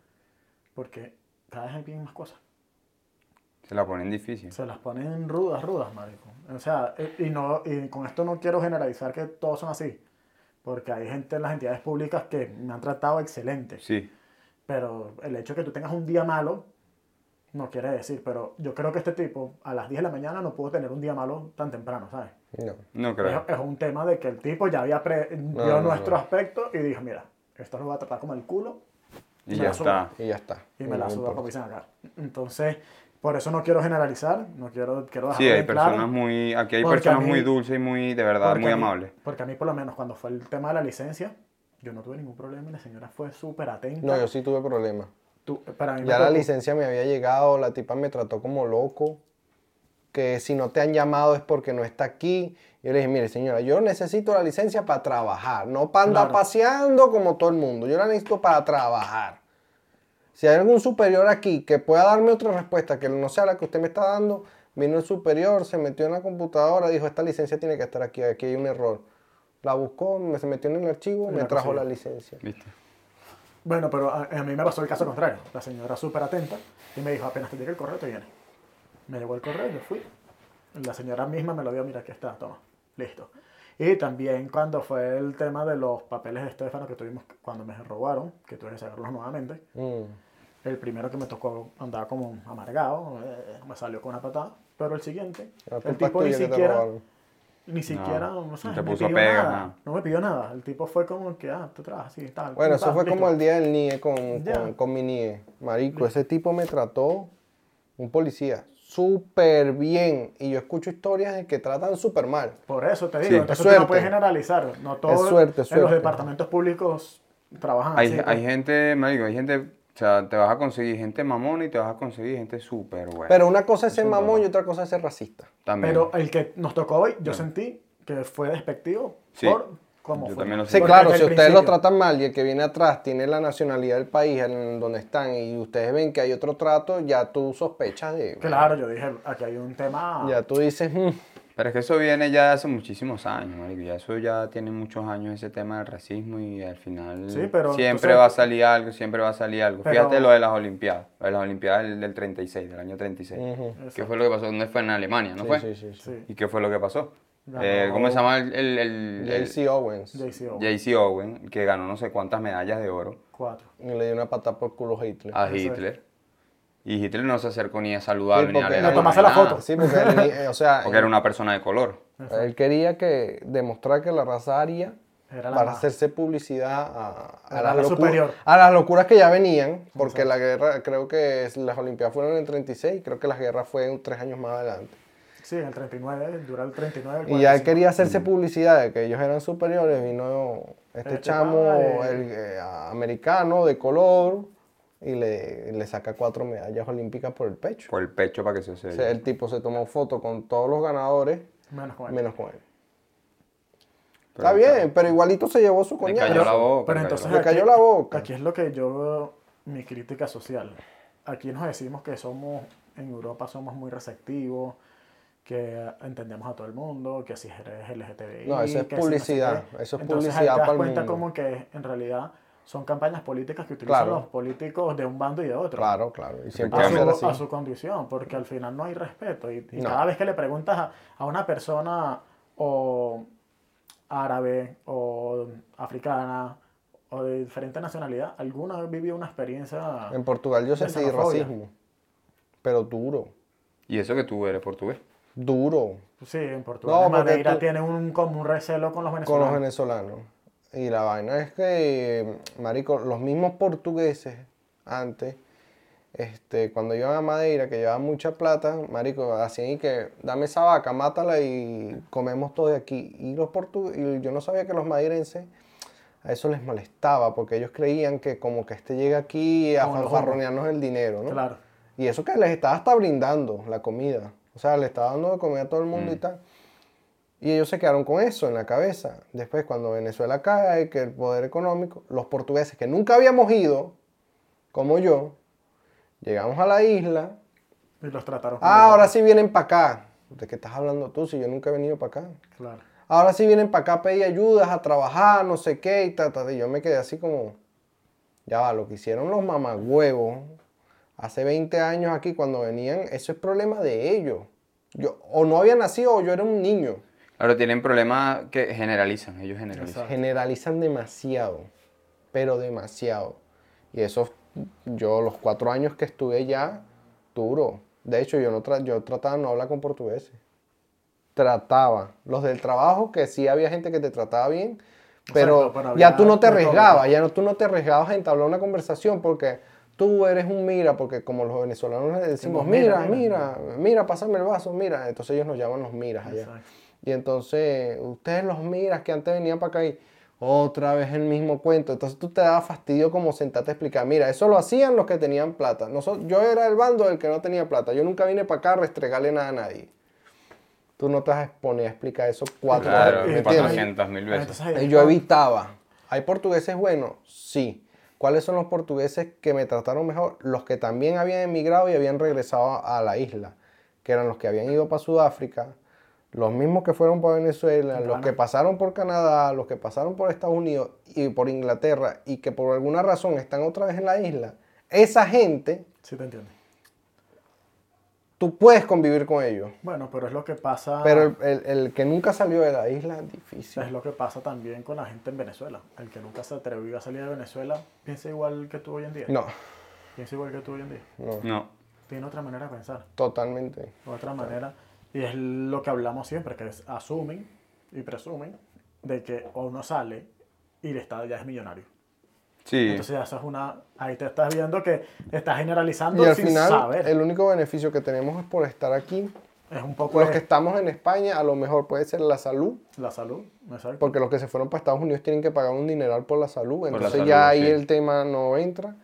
S2: porque cada vez hay bien más cosas.
S3: se la ponen difícil.
S2: Se las ponen rudas, rudas, marico. O sea, y, y no, y con esto no quiero generalizar que todos son así. Porque hay gente en las entidades públicas que me han tratado excelente.
S3: Sí.
S2: Pero el hecho de que tú tengas un día malo no quiere decir. Pero yo creo que este tipo a las 10 de la mañana no pudo tener un día malo tan temprano, ¿sabes?
S1: No.
S3: No
S2: Es,
S3: creo.
S2: es un tema de que el tipo ya había pre- vio
S1: no, no.
S2: nuestro aspecto y dijo, mira, esto lo voy a tratar como el culo
S3: Y
S2: me
S3: ya
S2: la suda.
S3: está.
S1: Y ya está.
S2: y me la
S1: No
S2: suda
S1: importa.
S2: como dicen acá. Entonces, por eso no quiero generalizar, no quiero, quiero dejar
S3: Sí, hay
S2: bien claro.
S3: personas muy. Aquí hay
S2: Porque
S3: personas
S2: a mí-
S3: muy dulces y muy, de verdad,
S2: Porque
S3: muy
S2: a mí-
S3: amables.
S2: Porque a mí, por lo menos, cuando fue el tema de la licencia, yo no tuve ningún problema y la señora fue súper atenta.
S1: No, yo sí tuve problemas.
S2: Tú- para mí me
S1: Ya la
S2: tocó-
S1: licencia me había llegado, la tipa me trató como loco, que si no te han llamado es porque no está aquí. Yo le dije, mire señora, yo necesito la licencia para trabajar, no para andar
S2: Claro.
S1: paseando como todo el mundo, yo la necesito para trabajar. Si hay algún superior aquí que pueda darme otra respuesta que no sea la que usted me está dando, vino el superior, se metió en la computadora, dijo, esta licencia tiene que estar aquí, aquí hay un error. La buscó, me se metió en el archivo,
S2: Y
S1: me
S2: la
S1: trajo
S2: consiguió.
S1: la licencia.
S3: ¿Viste?
S2: Bueno, pero a, a mí me pasó el caso contrario. La señora súper atenta y me dijo, apenas te llegue el correo, te viene. Me llegó el correo, yo fui. La señora misma me lo dio, mira, aquí está, toma, listo. Y también cuando fue el tema de los papeles de Estefano que tuvimos cuando me robaron, que tuve que sacarlos nuevamente,
S1: Mm.
S2: el primero que me tocó andaba como amargado, eh, me salió con una patada, pero el siguiente,
S1: La
S2: el
S1: culpa es
S2: tipo ni
S1: tuya que te
S2: siquiera,
S1: robaron.
S2: ni siquiera,
S3: No,
S2: no,
S3: no
S2: sé,
S3: te
S2: me
S3: puso
S2: pidió
S3: pega,
S2: nada,
S3: nada.
S2: no me pidió nada, el tipo fue como que, ah, tú trabajas así, tal.
S1: Bueno,
S2: pum,
S1: eso
S2: pam,
S1: fue
S2: listo.
S1: como el día del NIE con,
S2: Ya.
S1: con, con mi NIE. Marico, ese tipo me trató, un policía, súper bien. Y yo escucho historias de que tratan súper mal.
S2: Por eso te digo,
S3: Sí.
S2: entonces
S1: Es
S2: tú
S1: suerte.
S2: no puedes generalizar, no todo
S1: suerte, es
S2: en los
S1: suerte.
S2: departamentos públicos trabajan
S3: Hay,
S2: así. pues.
S3: hay gente, marico, hay gente, o sea, te vas a conseguir gente mamona y te vas a conseguir gente súper buena.
S1: Pero una cosa es ser mamón y otra cosa es ser racista.
S3: también.
S2: Pero el que nos tocó hoy, yo sentí que fue despectivo
S3: Sí.
S2: por cómo
S3: Yo
S2: fue.
S3: también lo
S1: Sí,
S3: Porque
S1: claro, si
S2: desde el
S1: ustedes lo
S2: principio.
S1: tratan mal y el que viene atrás tiene la nacionalidad del país en donde están y ustedes ven que hay otro trato, ya tú sospechas de...
S2: Claro, yo dije, aquí hay un tema...
S1: Ya tú dices, "Mm,
S3: Pero es que eso viene ya de hace muchísimos años, marico. Ya eso ya tiene muchos años ese tema del racismo y al final
S2: Sí, pero tú
S3: siempre
S2: sabes-
S3: va a salir algo, siempre va a salir algo.
S2: Pero-
S3: Fíjate lo de las Olimpiadas, lo de las Olimpiadas del, del 36, del año 36. ¿Qué fue lo que pasó? ¿Dónde fue? En Alemania, ¿no
S1: sí,
S3: fue?
S1: sí, sí, sí.
S2: Sí,
S3: ¿Y qué fue lo que pasó?
S2: Ganó-
S3: Eh, ¿Cómo se llama el... el, el- el-
S1: JC Owens.
S2: JC Owen,
S3: JC Owen, que ganó no sé cuántas medallas de oro
S2: cuatro.
S1: Y le dio una patada por culo a Hitler.
S3: a
S2: Exacto.
S3: Hitler. Y Hitler no se acercó ni a saludarlo
S1: Sí,
S3: ni a
S1: porque-
S3: leer
S1: Le
S2: tomaste la foto.
S1: Sí, porque él, ni- eh, o sea,
S3: Porque era una persona de color.
S1: él quería que demostrar que la raza aria
S2: Era la
S1: para
S2: más.
S1: hacerse publicidad a, a
S2: La
S1: las
S2: raza
S1: locu-
S2: superior.
S1: a las locuras que ya venían, porque la guerra, creo que es- las Olimpiadas fueron en el 36, creo que las guerras fue un- tres años más adelante.
S2: Sí, en el 39, dura el 39. el
S1: Y ya él
S2: 45.
S1: quería hacerse publicidad de que ellos eran superiores, vino este
S2: Este
S1: chamo
S2: pana, eh.
S1: el, eh, americano de color y le, le saca cuatro medallas olímpicas por el pecho.
S3: Por el pecho para que se
S1: O
S3: se-
S1: sea, el tipo se tomó foto con todos los ganadores,
S2: Menos con él.
S1: menos con él.
S3: Pero
S1: Está bien, pero igualito se llevó su
S3: Le
S1: coñazo.
S3: cayó la boca.
S2: Pero
S3: le cayó
S2: entonces
S3: la
S1: Le cayó la boca.
S2: Aquí es lo que yo veo, mi crítica social. Aquí nos decimos que somos, en Europa somos muy receptivos, que entendemos a todo el mundo, que si eres LGTBI.
S1: No, eso es
S2: que si no sé
S1: publicidad,
S2: qué.
S1: eso es
S2: Entonces, ahí
S1: publicidad
S2: te das
S1: para el
S2: cuenta
S1: mundo.
S2: como que en realidad son campañas políticas que utilizan
S1: Claro.
S2: los políticos de un bando y de otro.
S1: Claro, claro. Y siempre va
S2: a
S1: a ser
S2: su, a
S1: así.
S2: su condición, porque al final no hay respeto. Y, y
S1: No.
S2: cada vez que le preguntas a, a una persona o árabe o africana o de diferente nacionalidad, alguna vez vivió una experiencia...
S1: En Portugal yo
S2: de
S1: sentí
S2: xenofobia.
S1: racismo. Pero duro.
S3: Y eso que tú eres portugués.
S1: Duro.
S2: Sí, en Portugal.
S1: No,
S2: en
S1: porque
S2: Madeira
S1: tú-
S2: tiene un común recelo con los
S1: con
S2: venezolanos.
S1: los venezolanos. Y la vaina es que, marico, los mismos portugueses antes, este, cuando iban a Madeira, que llevaban mucha plata, marico, hacían y que, dame esa vaca, mátala y comemos todo de aquí. Y los portu- y yo no sabía que los madeirenses a eso les molestaba, porque ellos creían que como que este llega aquí a
S2: Como los
S1: fanfarronearnos el dinero, ¿no?
S2: Claro.
S1: Y eso que les estaba hasta brindando la comida. O sea, le estaba dando de comer a todo el mundo y tal. Y ellos se quedaron con eso en la cabeza. Después, cuando Venezuela cae, que el poder económico, los portugueses que nunca habíamos ido, como yo, llegamos a la isla.
S2: Y los trataron como
S1: Ah, ahora
S2: locos.
S1: sí vienen para acá. ¿De qué estás hablando tú si yo nunca he venido para acá?
S2: Claro.
S1: Ahora sí vienen para acá a pedir ayudas, a trabajar, no sé qué, y ta, ta, ta. Y yo me quedé así como, ya va, lo que hicieron los mamagüevos hace 20 años aquí cuando venían, eso es problema de ellos. Yo, o no había nacido o yo era un niño.
S3: Claro, tienen problemas que generalizan, ellos generalizan.
S2: Exacto.
S1: Generalizan demasiado, pero demasiado. Y eso, yo los cuatro años que estuve ya, duro. De hecho, yo, no tra- yo trataba de no hablar con portugueses. Trataba. Los del trabajo, que sí había gente que te trataba bien, pero
S2: Exacto, pero
S1: ya
S2: había
S1: tú no te
S2: de todo,
S1: arriesgabas, ya no, tú no te arriesgabas a entablar una conversación porque tú eres un mira, porque como los venezolanos le decimos, mira,
S2: mira,
S1: mira, mira, pásame el vaso, mira. Entonces ellos nos llaman los miras allá.
S2: Exacto.
S1: Y entonces, ustedes los miras que antes venían para acá y otra vez el mismo cuento. Entonces tú te daba fastidio como sentarte a explicar. Mira, eso lo hacían los que tenían plata. Nosotros, yo era el bando del que no tenía plata. Yo nunca vine para acá a restregarle nada a nadie. Tú no te vas a exponer a explicar eso cuatro
S3: Claro,
S1: ¿me
S2: Entonces,
S1: entiendes?
S3: 400 mil veces.
S2: entonces ahí-
S1: Y Eh, yo evitaba. ¿Hay portugueses buenos? Sí. ¿Cuáles son los portugueses que me trataron mejor? Los que también habían emigrado y habían regresado a la isla, que eran los que habían ido para Sudáfrica, Los mismos que fueron para Venezuela, los
S2: Claro.
S1: que pasaron por Canadá, los que pasaron por Estados Unidos y por Inglaterra y que por alguna razón están otra vez en la isla, esa gente,
S2: Sí, te entiendo.
S1: tú puedes convivir con ellos.
S2: Bueno, pero es lo que pasa.
S1: Pero el, el- el que nunca salió de la isla, difícil.
S2: Es lo que pasa también con la gente en Venezuela. El que nunca se atrevió a salir de Venezuela piensa igual que tú hoy en día.
S1: No,
S2: Piensa igual que tú hoy en día.
S1: no,
S3: No.
S2: Tiene otra manera de pensar,
S1: totalmente.
S2: otra manera. Y es lo que hablamos siempre, que es asumen y presumen de que o uno sale y el Estado ya es millonario.
S3: Sí.
S2: Entonces ya eso es una... Ahí te estás viendo que estás generalizando
S1: Y al
S2: sin
S1: final,
S2: saber.
S1: el único beneficio que tenemos es por estar aquí.
S2: Es un poco
S1: Los que
S2: de
S1: estamos en España, a lo mejor puede ser la salud,
S2: la salud, exacto.
S1: porque los que se fueron para Estados Unidos tienen que pagar un dineral por la salud,
S3: la
S1: entonces
S3: salud,
S1: ya ahí
S3: sí.
S1: el tema no entra.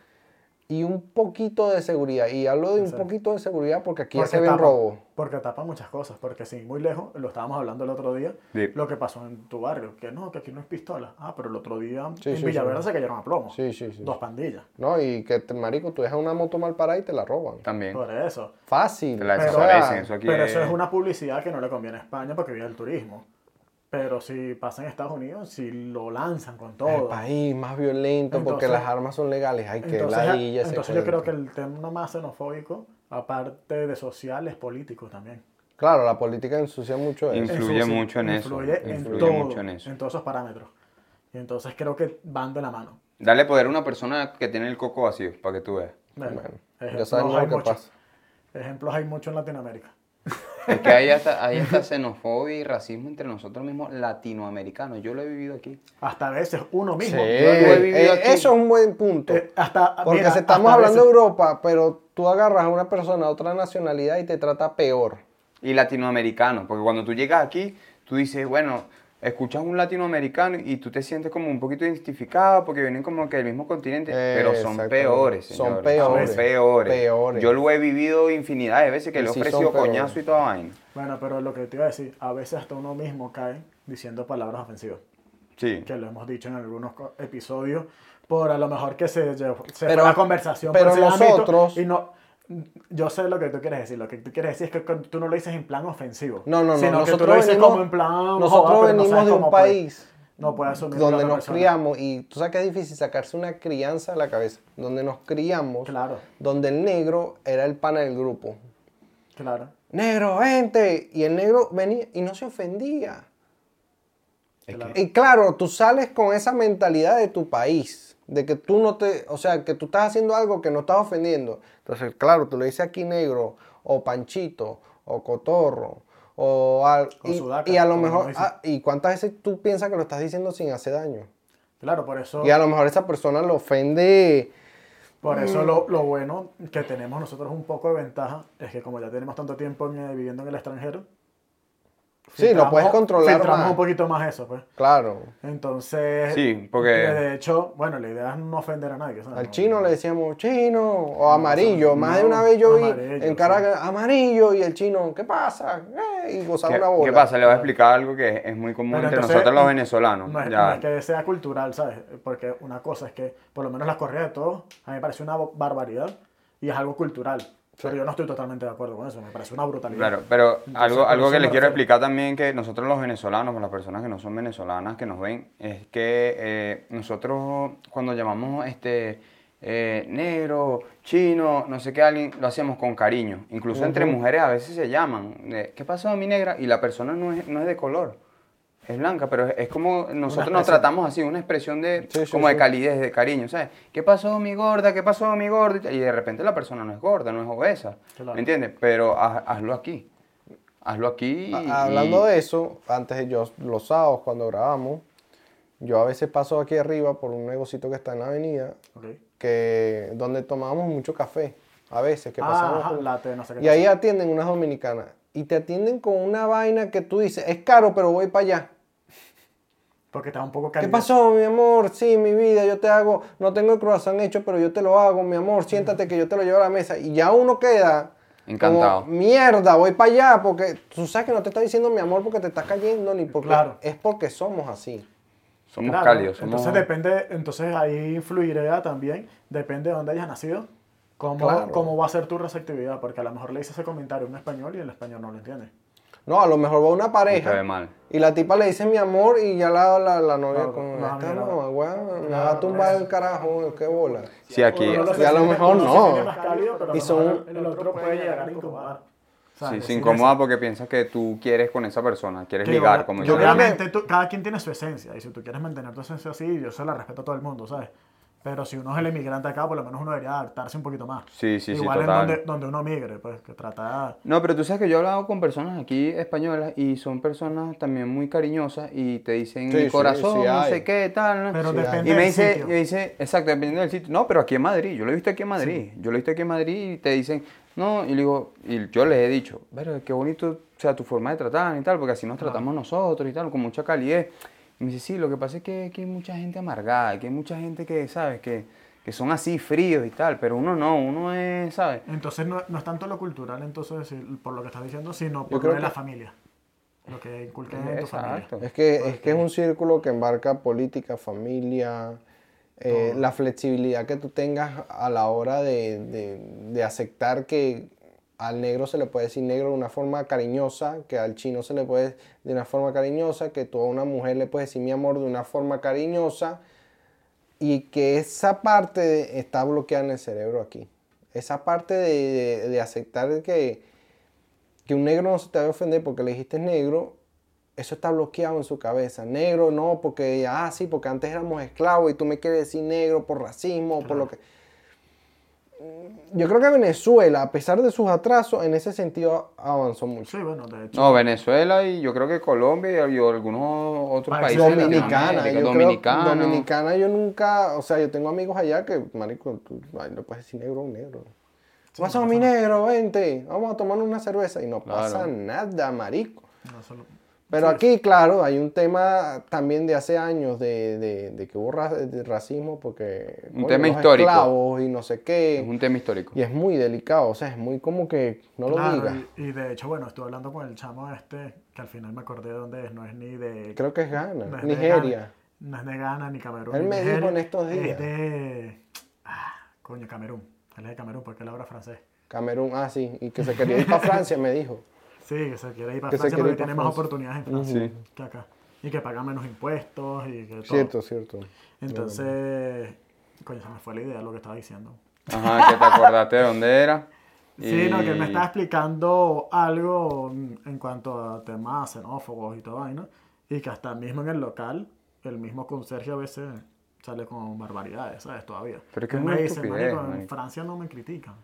S1: Y un poquito de seguridad, y hablo de un
S2: Exacto.
S1: poquito de seguridad porque aquí ya
S2: Porque
S1: se ven
S2: tapa-
S1: robos.
S2: Porque tapa muchas cosas, porque sí, muy lejos, lo estábamos hablando el otro día,
S3: Sí.
S2: lo que pasó en tu barrio, que no, que aquí no es pistola. Ah, pero el otro día
S1: Sí,
S2: en
S1: sí,
S2: Villaverde
S1: sí.
S2: se cayeron a plomo.
S1: Sí, sí, sí.
S2: Dos pandillas.
S1: ¿No? Y que, te- marico, tú dejas una moto mal parada y te la roban.
S3: También.
S2: Por eso.
S1: Fácil.
S3: Te la
S1: o sea,
S3: desaparecen. Eso aquí
S2: Pero eso es una publicidad que no le conviene a España porque vive el turismo. Pero si pasa en Estados Unidos, si lo lanzan con
S1: El
S2: todo.
S1: país más violento porque
S2: Entonces-
S1: las armas son legales. Ay, que
S2: Entonces,
S1: ladilla ese
S2: entonces yo creo
S1: cuento.
S2: que el tema más xenofóbico, aparte de social, es político también.
S1: Claro, la política ensucia mucho eso.
S3: Inf- Influye
S2: sí,
S3: mucho en eso,
S2: Influye, en,
S3: influye
S2: todo,
S3: mucho en eso.
S2: en todos esos parámetros. Y entonces creo que van de la mano.
S3: Dale poder a una persona que tiene el coco vacío, para que tú veas.
S2: Bueno,
S1: Bueno, ya
S2: ejemplos
S1: sabemos
S2: hay
S1: lo que
S2: muchos.
S1: pasa.
S2: Ejemplos hay mucho en Latinoamérica.
S3: Es que hay hasta, hay hasta xenofobia y racismo entre nosotros mismos latinoamericanos. Yo lo he vivido aquí.
S2: Hasta a veces uno
S1: Sí,
S2: mismo.
S3: he vivido
S1: eh,
S3: aquí.
S1: eso es un buen punto.
S2: Eh, hasta,
S1: Porque
S2: mira,
S1: se estamos
S2: hasta a
S1: hablando de
S2: veces-
S1: Europa, pero tú agarras a una persona de otra nacionalidad y te trata peor.
S3: Y latinoamericanos, porque cuando tú llegas aquí, tú dices, bueno, escuchas un latinoamericano y tú te sientes como un poquito identificado porque vienen como que del mismo continente,
S1: Eh,
S3: pero son
S1: exactamente.
S3: peores,
S1: Son
S3: señores.
S1: peores,
S3: Son peores.
S1: peores.
S3: Yo lo he vivido infinidad de veces que le he
S1: Sí, son
S3: ofrecido
S1: peores.
S3: coñazo y toda vaina.
S2: Bueno, pero lo que te iba a decir, a veces hasta uno mismo cae diciendo palabras ofensivas.
S3: Sí.
S2: Que lo hemos dicho en algunos co- episodios, por a lo mejor que se, llevó- se
S1: Pero-
S2: fue la conversación.
S1: pero
S2: por ese ámbito,
S1: nosotros-
S2: y no, yo sé lo que tú quieres decir. Lo que tú quieres decir es que con- tú no lo dices en plan ofensivo.
S1: No, no, no.
S2: Sino que tú
S1: nosotros
S2: lo dices
S1: venimos,
S2: como en plan.
S1: nosotros
S2: joda, pero no
S1: venimos
S2: sabes
S1: de un
S2: cómo puede-
S1: país
S2: no puede asumir la
S1: donde
S2: otra
S1: nos
S2: persona.
S1: criamos y tú sabes que es difícil sacarse una crianza de la cabeza. Donde nos criamos,
S2: Claro,
S1: donde el negro era el pana del grupo.
S2: claro.
S1: Negro, vente. Y el negro venía y no se ofendía.
S3: Es
S2: Claro.
S1: Y claro, tú sales con esa mentalidad de tu país, de que tú no te, o sea, que tú estás haciendo algo que no estás ofendiendo. Entonces, claro, tú le dices aquí negro, o panchito, o cotorro, o al,
S2: O
S1: y,
S2: sudaca,
S1: y a lo
S2: como
S1: mejor,
S2: uno dice.
S1: ah, y cuántas veces tú piensas que lo estás diciendo sin hacer daño.
S2: Claro, por eso,
S1: Y a lo mejor esa persona lo ofende.
S2: por eso lo, lo bueno que tenemos nosotros un poco de ventaja es que como ya tenemos tanto tiempo en, eh, viviendo en el extranjero,
S1: Sí, lo
S2: filtramos-
S1: puedes controlar
S2: filtramos
S1: más.
S2: un poquito más eso, pues.
S1: Claro.
S2: Entonces,
S3: Sí, porque-
S2: que de hecho, bueno, la idea es no ofender a nadie. ¿sabes?
S1: Al
S2: No-
S1: chino le decíamos chino o amarillo.
S2: no,
S1: Más de una vez yo vi
S2: amarillo,
S1: en Caracas amarillo y el chino, ¿qué pasa? Eh, y gozaba
S3: ¿Qué,
S1: una bola.
S3: qué pasa? Le voy a explicar algo que es, es muy común
S2: Pero
S3: entre
S2: entonces,
S3: nosotros los venezolanos.
S2: No es,
S3: Ya.
S2: no es que sea cultural, ¿sabes? Porque una cosa es que, por lo menos las correas de todos, a mí me parece una barbaridad y es algo cultural. Pero yo no estoy totalmente de acuerdo con eso, me parece una brutalidad.
S3: Claro, pero algo,
S2: por
S3: algo
S2: eso
S3: que
S2: me
S3: les
S2: refiero.
S3: quiero explicar también que nosotros los venezolanos, las personas que no son venezolanas, que nos ven, es que eh, nosotros cuando llamamos este eh, negro, chino, no sé qué, alguien, lo hacemos con cariño. Incluso entre mujeres a veces se llaman, eh, ¿qué pasó mi negra? Y la persona no es, no es de color. Es blanca, pero es, es como nosotros nos
S2: expresión.
S3: tratamos así, una expresión de
S1: Sí, sí,
S3: como de
S1: sí.
S3: calidez, de cariño, ¿sabes? ¿Qué pasó mi gorda? ¿Qué pasó mi gorda? Y de repente la persona no es gorda, no es obesa,
S2: Claro.
S3: ¿me entiendes? Pero haz- hazlo aquí, hazlo aquí. y-
S1: Ha- Hablando
S3: y-
S1: de eso, antes de yo, los sábados cuando grabamos, yo a veces paso aquí arriba por un negocito que está en la avenida,
S2: Ok.
S1: que, donde tomábamos mucho café, a veces, que
S2: Ah,
S1: pasábamos
S2: ajá,
S1: por-
S2: late, no sé qué
S1: Y ahí
S2: cosa.
S1: atienden unas dominicanas, y te atienden con una vaina que tú dices, es caro, pero voy para allá.
S2: Porque está un poco
S1: ¿Qué
S2: caliente.
S1: pasó, mi amor? Sí, mi vida, yo te hago, no tengo el croissant hecho, pero yo te lo hago, mi amor, siéntate que yo te lo llevo a la mesa. Y ya uno queda como,
S3: Encantado.
S1: Mierda, voy para allá, porque tú sabes que no te está diciendo mi amor porque te estás cayendo, ni porque
S2: Claro.
S1: es porque somos así.
S3: somos
S2: Claro,
S3: cálidos, somos...
S2: Entonces depende, entonces ahí influirá también, depende de dónde hayas nacido, cómo,
S1: Claro.
S2: cómo va a ser tu receptividad, porque a lo mejor le dices ese comentario en español y el español no lo entiende.
S1: No, a lo mejor va una pareja.
S3: Te ve mal.
S1: Y la tipa le dice mi amor y ya la, la, la novia
S2: Claro,
S1: con
S2: no,
S1: esta
S2: mira,
S1: no,
S2: no.
S1: weón, me
S2: No,
S1: va a tumbar
S2: no.
S1: el carajo, qué bola.
S3: Sí, aquí.
S2: Uno
S1: Y a lo
S2: siente-
S1: mejor
S2: uno se
S1: no.
S2: siente más cálido, pero a
S1: Y
S2: lo
S1: son-
S2: mejor el otro puede llegar a incomodar.
S3: Sí,
S2: ¿Sabes?
S3: se incomoda porque piensas que tú quieres con esa persona, quieres ligar, como
S2: yo
S3: yo.
S1: creo que-
S2: obviamente tú- cada quien tiene su esencia y si tú quieres mantener tu esencia así, yo se la respeto a todo el mundo, ¿sabes? Pero si uno es el emigrante acá, por lo menos uno debería adaptarse un poquito más.
S3: Sí, sí, sí,
S2: Igual en
S3: total.
S2: donde, donde uno migre, pues que trata...
S3: No, pero tú sabes que yo he hablado con personas aquí españolas y son personas también muy cariñosas y te dicen
S1: Sí,
S3: mi
S1: sí,
S3: corazón,
S1: sí
S3: no
S1: hay.
S3: sé qué, tal. ¿no?
S2: Pero
S1: Sí,
S2: depende
S3: Y me
S2: del
S3: dice,
S2: sitio.
S3: me dice, exacto, dependiendo del sitio. No, pero aquí en Madrid, yo lo he visto aquí en Madrid. Yo lo he visto aquí en Madrid y te dicen, no, y le digo, y yo les he dicho, pero qué bonito, o sea, tu forma de tratar y tal, porque así nos tratamos nosotros y tal, con mucha calidez. Y me dice, sí, lo que pasa es que aquí hay mucha gente amargada, que hay mucha gente que, ¿sabes? Que, que son así fríos y tal, pero uno no, uno es, ¿sabes?
S2: Entonces no, no es tanto lo cultural, entonces, si- por lo que estás diciendo, sino por
S1: creo
S2: lo
S1: que-
S2: de la familia. Lo que inculquen en tu familia.
S3: Exacto.
S1: Es que, es que es un círculo que embarca política, familia, eh, la flexibilidad que tú tengas a la hora de, de- de aceptar que al negro se le puede decir negro de una forma cariñosa, que al chino se le puede de una forma cariñosa, que tú a una mujer le puedes decir mi amor de una forma cariñosa, y que esa parte está bloqueada en el cerebro aquí. Esa parte de, de- de aceptar que, que un negro no se te va a ofender porque le dijiste negro, eso está bloqueado en su cabeza. Negro no, porque, ah, sí, porque antes éramos esclavos y tú me quieres decir negro por racismo, por lo que... Yo creo que Venezuela, a pesar de sus atrasos, en ese sentido avanzó mucho.
S2: Sí, bueno, de hecho.
S3: No, Venezuela y yo creo que Colombia y algunos otros
S2: Países
S3: países. de
S1: Dominicana,
S3: Latinoamérica,
S1: yo creo-
S3: Dominicana.
S1: Dominicana, yo nunca, o sea, yo tengo amigos allá que, marico, tú, ay, le puedes decir negro a un negro. ¿Qué pasa, mi negro? Vente, vamos a tomar una cerveza. Y no pasa
S3: Claro.
S1: nada, marico.
S2: no solo-
S1: Pero aquí, claro, hay un tema también de hace años de, de- de que hubo ra- de racismo porque...
S3: Un tema
S1: los
S3: histórico.
S1: esclavos y no sé qué.
S3: Es un tema histórico.
S1: Y es muy delicado, o sea, es muy como que no
S2: Claro,
S1: lo digas.
S2: Y, y de hecho, bueno, estuve hablando con el chamo este, que al final me acordé de dónde es, no es ni de...
S1: Creo que es Ghana,
S2: no es de Ghana,
S1: Nigeria.
S2: no es de Ghana, ni Camerún.
S1: Él
S2: ni
S1: me dijo
S2: Nigeria,
S1: en estos días.
S2: Es de... Ah, coño, Camerún. Él es de Camerún porque él habla francés.
S1: Camerún, ah, sí. Y que se quería ir para Francia, me dijo.
S2: Sí, que se quiere ir para
S1: Que se
S2: Francia
S1: quiere
S2: porque
S1: ir para
S2: tiene más
S1: Francia.
S2: oportunidades en Francia
S3: Sí.
S2: que acá. Y que paga menos impuestos y que todo.
S1: Cierto, cierto.
S2: Entonces, coño, se me fue la idea de lo que estaba diciendo.
S3: Ajá, que te acordaste de dónde era.
S2: Sí, no, que él me
S3: y-
S2: estaba explicando algo mm, en cuanto a temas xenófobos y todo ahí, ¿no? Y que hasta mismo en el local, el mismo conserje a veces sale con barbaridades, ¿sabes? Todavía.
S3: Pero es que
S2: Él
S3: es una
S2: me dice,
S3: estupidez,
S2: "Marico, en
S3: marico".
S2: Francia no me critican.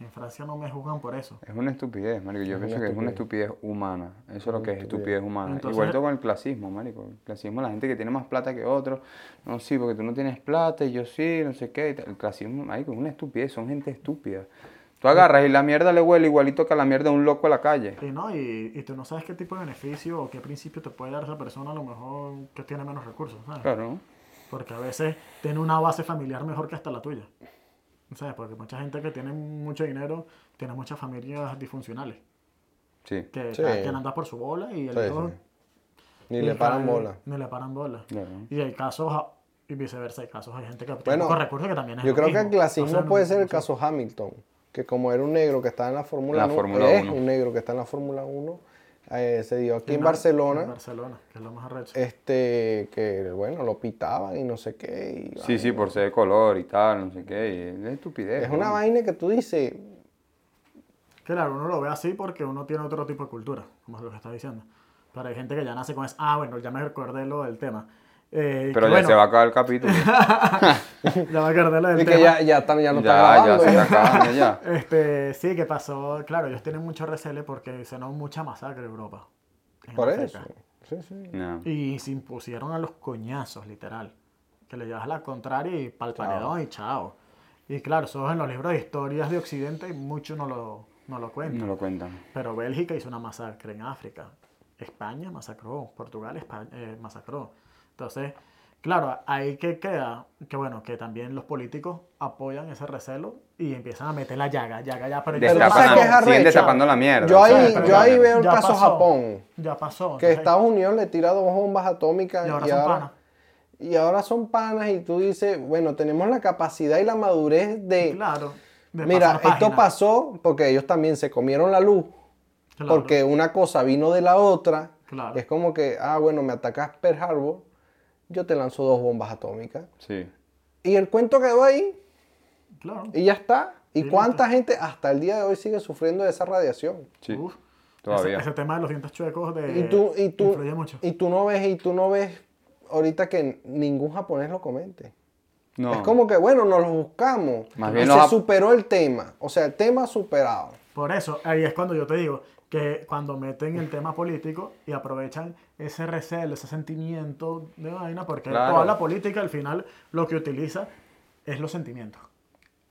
S2: En Francia no me juzgan por eso.
S3: Es una estupidez, marico. Yo pienso que es una estupidez humana. Eso es lo que es estupidez humana.
S2: Entonces-
S3: Igual todo con el clasismo, marico. El clasismo, la gente que tiene más plata que otro. No, sí, porque tú no tienes plata y yo sí, no sé qué. y tal. El clasismo, marico, es una estupidez. Son gente estúpida. Tú agarras y la mierda le huele igualito que a la mierda de un loco a la calle.
S2: Y no, y, y tú no sabes qué tipo de beneficio o qué principio te puede dar esa persona a lo mejor que tiene menos recursos, ¿sabes?
S3: Claro.
S2: Porque a veces tiene una base familiar mejor que hasta la tuya. ¿Sabes? Porque mucha gente que tiene mucho dinero tiene muchas familias disfuncionales.
S3: Sí.
S2: que
S1: Sí.
S2: cada quien anda por su bola y el
S1: Sí,
S2: hijo
S1: sí. Ni
S2: y
S1: le
S2: el
S1: paran
S2: padre
S1: bola.
S2: ni le paran bola
S3: Claro.
S2: y hay casos a- y viceversa hay casos hay gente que tiene
S1: Bueno,
S2: pocos recursos que también es
S1: Yo
S2: lo
S1: creo que el
S2: mismo.
S1: clasismo
S2: Entonces, no-
S1: puede ser el
S2: no sé.
S1: caso Hamilton, que como era un negro que estaba en la Fórmula
S3: La
S1: 1,
S3: Fórmula
S1: es
S3: uno.
S1: un negro que está en la Fórmula 1, eh, se dio aquí
S2: Y
S1: en
S2: no,
S1: Barcelona,
S2: en Barcelona que es lo más arrecho
S1: este, que bueno, lo pitaban y no sé qué. y,
S3: Sí, sí, por ser de color y tal, no sé qué. y es de estupidez.
S1: Es una
S3: ¿no?
S1: vaina que tú dices,
S2: claro uno lo ve así porque uno tiene otro tipo de cultura como es lo que está diciendo pero hay gente que ya nace con eso ah bueno ya me recordé lo del tema Eh,
S3: Pero
S2: que
S3: ya
S2: bueno,
S3: se va a acabar el capítulo.
S2: ya me acordé lo del
S1: y
S2: tema
S1: que ya, ya, están- ya no está
S3: ya, ya
S1: grabando.
S3: se
S1: ya.
S3: está acabando ya.
S2: Este, sí, que pasó, claro, ellos tienen mucho recele porque sonó mucha masacre en Europa. en
S1: Por
S2: África.
S1: eso. Sí, sí.
S3: No.
S2: Y se impusieron a los coñazos, literal. Que le llevas la contraria y pa'l paredón y chao. Y claro, eso es en los libros de historias de Occidente y mucho no lo, no lo cuentan.
S3: No lo cuentan.
S2: Pero Bélgica hizo una masacre en África. España masacró. Portugal Espa- eh, masacró. Entonces, claro, ahí que queda que, bueno, que también los políticos apoyan ese recelo y empiezan a meter la llaga, llaga, ya, pero ya
S1: Pero tú
S2: eso
S1: sabes
S3: Destapan,
S1: que
S2: pasó.
S1: es
S3: la- siguen
S1: arrecho.
S3: destapando la mierda.
S1: Yo
S3: o sea,
S1: ahí,
S3: pero
S1: yo ahí
S3: bueno.
S1: veo el
S2: Ya
S1: caso
S2: pasó.
S1: Japón,
S2: Ya pasó.
S1: que
S2: entonces,
S1: Estados Unidos le tira dos bombas atómicas
S2: Y ahora son panas.
S1: y ahora son panas y tú dices, bueno, tenemos la capacidad y la madurez de...
S2: Claro. de
S1: Mira,
S2: pasar
S1: esto
S2: página.
S1: pasó porque ellos también se comieron la luz.
S2: Claro.
S1: porque una cosa vino de la otra.
S2: Claro.
S1: Es como que, ah, bueno, me atacas Pearl Harbor, yo te lanzo dos bombas atómicas.
S3: Sí.
S1: Y el cuento quedó ahí
S2: Claro.
S1: y ya está.
S2: Y
S1: ¿Y
S2: listo.
S1: cuánta gente hasta el día de hoy sigue sufriendo de esa radiación?
S3: Sí.
S2: Uf.
S3: Todavía.
S2: Ese, ese tema de los dientes chuecos de,
S1: Y tú, y tú,
S2: Eh, influye mucho.
S1: y tú no ves, y tú no ves ahorita que ningún japonés lo comente.
S3: No.
S1: Es como que, bueno, nos lo buscamos.
S3: Más
S1: y
S3: bien
S1: se
S3: los jap-
S1: superó el tema. O sea, el tema superado.
S2: Por eso, ahí es cuando yo te digo que cuando meten el tema político y aprovechan ese recelo, ese sentimiento de vaina, porque
S3: Claro.
S2: toda la política al final lo que utiliza es los sentimientos.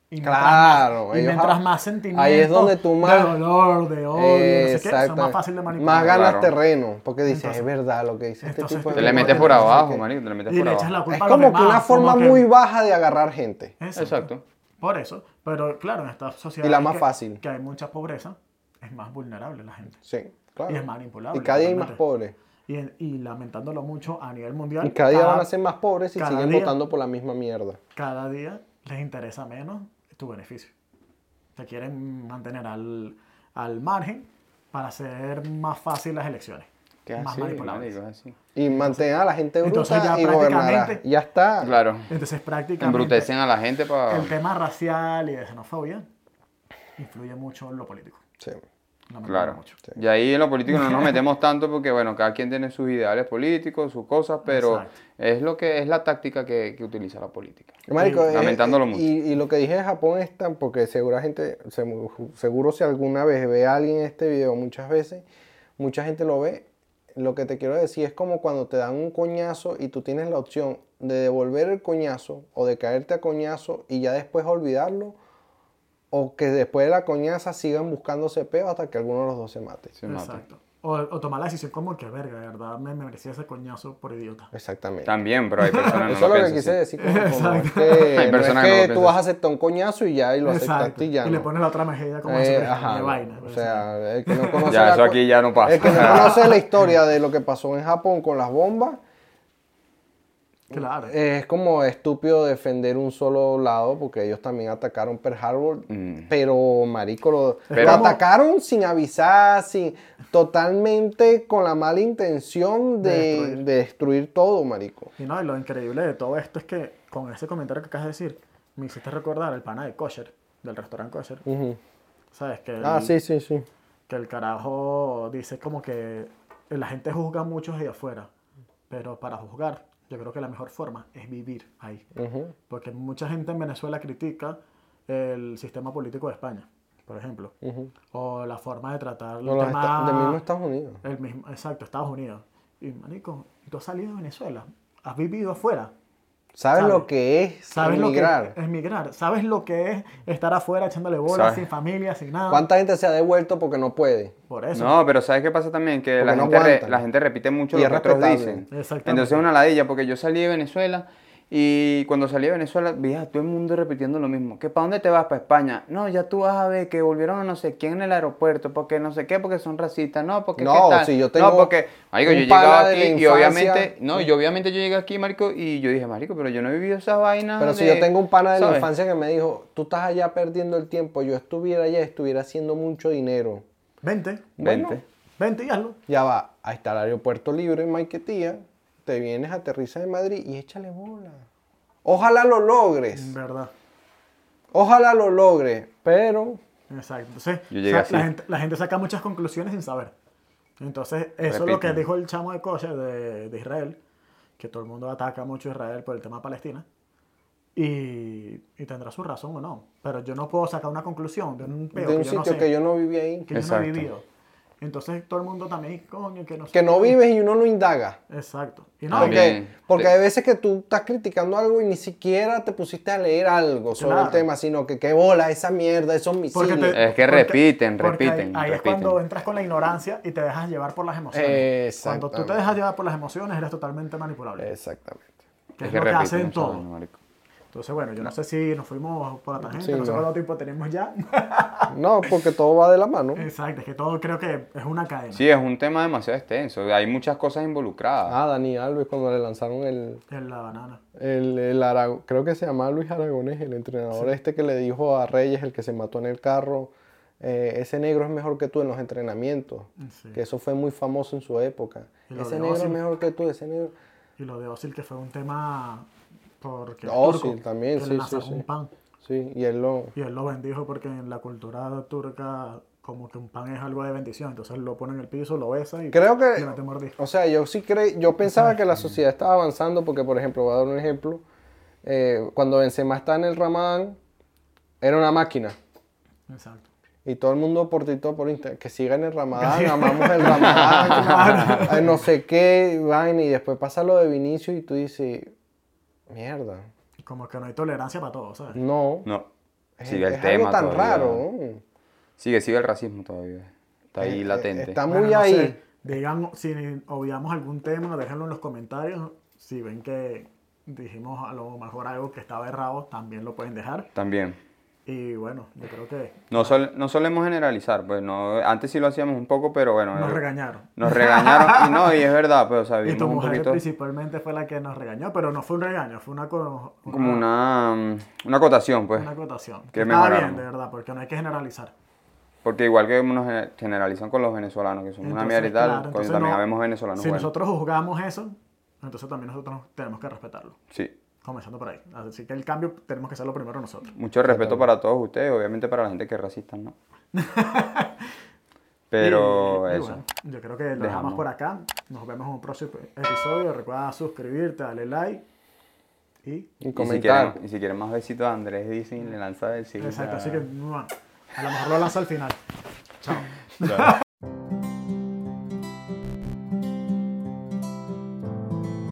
S2: Y mientras
S1: Claro,
S2: más- y
S1: ellos-
S2: mientras más sentimientos
S1: ahí es donde tú más-
S2: de dolor, de odio, Oh, no sé qué, son más
S1: Exactamente.
S2: fácil de manipular.
S1: Más ganas
S3: Claro.
S1: terreno. Porque dices,
S2: Entonces-
S1: es verdad lo que dice este
S2: entonces
S1: tipo. de
S2: tú-
S3: Te le
S1: gente,
S3: metes
S1: no
S3: por
S1: sé
S3: abajo,
S1: qué".
S3: marico, te le metes
S2: y
S3: por
S2: le echas la
S3: abajo.
S2: culpa
S1: Es
S2: a los
S1: como que
S2: demás,
S1: una forma
S2: como que-
S1: muy baja de agarrar gente.
S3: Exacto.
S2: Por eso, pero claro, en esta sociedad
S1: Y la más
S2: que,
S1: fácil.
S2: que hay mucha pobreza, es más vulnerable la gente.
S1: Sí, claro.
S2: Y es manipulable,
S1: Y cada día hay más
S2: totalmente.
S1: pobres.
S2: Y, en- y lamentándolo mucho a nivel mundial.
S1: Y cada día van a ser más pobres si
S2: cada
S1: siguen
S2: día-
S1: votando por la misma mierda.
S2: cada día les interesa menos tu beneficio. Te quieren mantener al, al margen para hacer más fácil las elecciones.
S3: Que es
S2: más
S3: así,
S2: manipulables.
S3: marico, es así.
S1: Y mantengan a la gente
S2: Entonces
S1: bruta
S2: ya
S1: y gobernará.
S2: prácticamente-
S1: Ya está.
S3: Claro.
S2: Entonces prácticamente
S3: Embrutecen a la gente para...
S2: el tema racial y de xenofobia influye mucho en lo político.
S1: Sí.
S2: Lamento
S3: Claro.
S2: mucho.
S3: Y ahí en lo político no nos metemos tanto porque, bueno, cada quien tiene sus ideales políticos, sus cosas, pero
S2: Exacto.
S3: es lo que es la táctica que, que utiliza la política.
S1: Marico, eh,
S3: Lamentándolo
S1: eh,
S3: mucho.
S1: Y, y lo que dije de Japón es tan, porque seguramente, semu- seguro si alguna vez ve a alguien este video muchas veces, mucha gente lo ve. Lo que te quiero decir es como cuando te dan un coñazo y tú tienes la opción de devolver el coñazo o de caerte a coñazo y ya después olvidarlo, o que después de la coñaza sigan buscándose peo hasta que alguno de los dos se mate.
S3: Se mata.
S2: Exacto. O, o tomar la decisión como que, verga, de verdad, me merecía ese coñazo por idiota.
S1: Exactamente.
S3: También, pero hay personas
S1: Eso
S3: no
S1: es
S3: lo
S1: lo que
S3: piensan
S1: quise
S3: así.
S1: decir. Como, como
S2: Exacto.
S1: es que,
S3: Hay
S1: no es
S3: personas que no
S1: que
S3: lo
S1: tú
S3: piensan
S1: vas a
S3: así.
S1: aceptar un coñazo y ya y lo aceptaste y ya.
S2: Y le
S1: no.
S2: pones la otra mejilla como
S1: Eh,
S2: eso,
S1: ajá,
S2: de vaina. pues,
S1: O sea, el que no conoce,
S3: Ya,
S1: la
S3: eso
S1: cu-
S3: aquí ya no pasa.
S1: el que no conoce la historia de lo que pasó en Japón con las bombas,
S2: claro.
S1: eh, es como estúpido defender un solo lado porque ellos también atacaron Pearl Harbor,
S3: Mm.
S1: pero marico, lo,
S3: Pero-
S1: lo atacaron sin avisar, sin, totalmente con la mala intención de,
S2: De
S1: de
S2: destruir.
S1: destruir. todo, marico.
S2: Y no, y lo increíble de todo esto es que con ese comentario que acabas de decir, me hiciste recordar el pana de Kosher, del restaurante Kosher.
S1: Ujú.
S2: ¿Sabes? Que el,
S1: Uh. Ah, sí, sí, sí.
S2: que el carajo dice como que la gente juzga mucho desde afuera, pero para juzgar, yo creo que la mejor forma es vivir ahí.
S1: Ujú.
S2: Porque mucha gente en Venezuela critica el sistema político de España, por ejemplo,
S1: Ujú.
S2: o la forma de tratar
S1: No,
S2: el
S1: los
S2: tema
S1: esta- de mismo Estados Unidos.
S2: el mismo, exacto, Estados Unidos. Y marico, tú has salido de Venezuela, has vivido afuera,
S1: ¿Sabes
S2: ¿Sabes?
S1: lo que es
S2: sabes
S1: emigrar?
S2: lo que es migrar, sabes lo que es estar afuera echándole bolas
S3: ¿Sabes?
S2: sin familia, sin nada.
S1: ¿Cuánta gente se ha devuelto porque no puede?
S2: Por eso.
S3: No, pero ¿sabes qué pasa también? Que la,
S1: Porque no
S3: gente re-
S1: aguantan.
S3: la gente repite mucho
S1: Y
S3: lo
S1: es
S3: que otros
S1: respetable.
S3: dicen.
S2: Exactamente.
S3: Entonces es una ladilla, porque yo salí de Venezuela y cuando salí de Venezuela vi a todo el mundo repitiendo lo mismo. ¿Que para dónde te vas? Para España. No, ya tú vas a ver que volvieron a no sé quién en el aeropuerto, porque no sé qué, porque son racistas. No, porque
S1: No,
S3: qué tal.
S1: si yo
S3: No,
S1: tengo
S3: porque... Marico,
S1: un
S3: yo llegaba
S1: pana de
S3: aquí
S1: la
S3: y
S1: infancia-
S3: obviamente... No, y obviamente yo llegué aquí, Marico, y yo dije, Marico, pero yo no he vivido esas vainas
S1: Pero si
S3: de-
S1: yo tengo un pana de la
S3: ¿sabes?
S1: infancia que me dijo, tú estás allá perdiendo el tiempo, yo estuviera allá, estuviera haciendo mucho dinero.
S2: Vente,
S3: Vente.
S1: Bueno,
S2: vente y hazlo.
S1: ya va, ahí está el aeropuerto libre en Maiquetía, te vienes, aterrizas en Madrid y échale bola. Ojalá lo
S2: En
S1: logres,
S2: verdad.
S1: ojalá lo logres, pero
S2: Exacto. Entonces,
S3: Yo llegué
S2: sa-
S3: así.
S2: La, gente, la gente saca muchas conclusiones sin saber. Entonces, eso es lo que
S3: Repiten.
S2: dijo el chamo de Kosher de, de Israel, que todo el mundo ataca mucho a Israel por el tema de Palestina. Y, y tendrá su razón o no. Pero yo no puedo sacar una conclusión de un, peo
S1: de un
S2: que, yo no
S1: sitio
S2: sé,
S1: que yo no viví ahí,
S2: que yo no
S3: Exacto.
S2: he vivido. Entonces, todo el mundo también, coño, que no sé
S1: que no
S2: qué.
S1: vives y uno no indaga.
S2: Exacto. Y no,
S3: Ah, bien.
S1: Porque,
S3: También.
S1: porque
S3: Sí.
S1: hay veces que tú estás criticando algo y ni siquiera te pusiste a leer algo sobre
S2: Claro.
S1: el tema, sino que qué bola, esa mierda, esos
S2: porque
S1: misiles.
S2: te-
S3: Es que repiten, repiten,
S2: Ahí, ahí es
S3: repiten.
S2: cuando entras con la ignorancia y te dejas llevar por las emociones. Cuando tú te
S1: Exactamente.
S2: dejas llevar por las emociones, eres totalmente manipulable.
S1: Exactamente.
S2: que es,
S3: que
S2: lo que
S3: repiten
S2: hacen
S3: muchas
S2: todo.
S3: vainas, marico.
S2: Entonces, bueno, yo no sé si nos fuimos por la tangente,
S1: Sí,
S2: no sé
S1: no.
S2: cuánto tiempo tenemos ya.
S1: No, porque todo va de la mano.
S2: Exacto, es que todo creo que es una cadena.
S3: Sí, es un tema demasiado extenso. Hay muchas cosas involucradas.
S1: Ah, Dani Alves cuando le lanzaron el,
S2: Es la banana.
S1: el, el Arago- creo que se llamaba Luis Aragonés, el entrenador este que le dijo a Reyes, el que se mató en el carro, eh, ese negro es mejor que tú en los entrenamientos,
S2: Mm, Sí.
S1: que eso fue muy famoso en su época.
S2: Y lo
S1: Ese
S2: de
S1: negro es
S2: Ozil.
S1: mejor que tú, ese negro.
S2: Y lo de Osil, que fue un tema porque es
S1: Ozil
S2: turco,
S1: también,
S2: que
S1: sí,
S2: le
S1: sí,
S2: lanzaron
S1: sí.
S2: un pan.
S1: Sí, y él lo...
S2: Y él lo bendijo porque en la cultura turca como que un pan es algo de bendición. Entonces lo pone en el piso, lo besa y
S1: Creo que-
S2: le mete mordisco.
S1: O sea, yo sí creí, yo pensaba que la sociedad estaba avanzando porque, por ejemplo, voy a dar un ejemplo. eh, cuando Benzema está en el Ramadán, era una máquina.
S2: Exacto.
S1: Y todo el mundo por Tito, por Instagram, que sigan el Ramadán, amamos el Ramadán, ay, no sé qué, vaina, y después pasa lo de Vinicius y tú dices, mierda,
S2: Como que no hay tolerancia para todo, ¿sabes?
S1: no,
S3: No.
S1: es,
S3: Sigue el
S1: es
S3: tema
S1: algo tan
S3: todavía.
S1: raro. ¿no?
S3: Sigue, sigue el racismo todavía. Está ahí
S1: Eh,
S3: latente.
S1: Está muy
S2: Bueno, no
S1: ahí.
S2: sé, digan si obviamos algún tema, déjenlo en los comentarios. Si ven que dijimos a lo mejor algo que estaba errado, también lo pueden dejar.
S3: También.
S2: Y bueno, yo creo que
S3: No, sol- no solemos generalizar, pues no, antes sí lo hacíamos un poco, pero bueno.
S2: nos
S3: eh,
S2: regañaron.
S3: nos regañaron. Y no, y es verdad, pues, pero
S2: Y
S3: sabíamos
S2: tu
S3: un
S2: mujer
S3: poquito.
S2: principalmente fue la que nos regañó, pero no fue un regaño, fue una, co-
S3: Como una, mm, una acotación, pues.
S2: una acotación.
S3: que
S2: Estaba bien,
S3: mejoráramos.
S2: de verdad, porque no hay que generalizar.
S3: Porque igual que nos gener- generalizan con los venezolanos, que son una
S2: Entonces,
S3: mierda y tal,
S2: claro,
S3: coño,
S2: entonces
S3: también
S2: no-
S3: habemos venezolanos.
S2: Si
S3: buenos.
S2: nosotros juzgamos eso, entonces también nosotros tenemos que respetarlo.
S3: Sí,
S2: Comenzando por ahí. Así que el cambio tenemos que hacerlo primero nosotros.
S3: mucho respeto para todos ustedes, obviamente para la gente que es racista, ¿no? Pero
S2: Y- y
S3: eso.
S2: bueno, yo creo que lo dejamos.
S3: Dejamos.
S2: por acá. Nos vemos en un próximo episodio. Recuerda suscribirte, dale like. Y.
S1: Y
S3: Y si,
S1: comentar.
S3: quieren, y si quieren más besitos a Andrés Disney, le lanza besitos.
S2: Exacto. Así que. ¡mua! A lo mejor lo lanzo al final. Chao.
S3: Claro.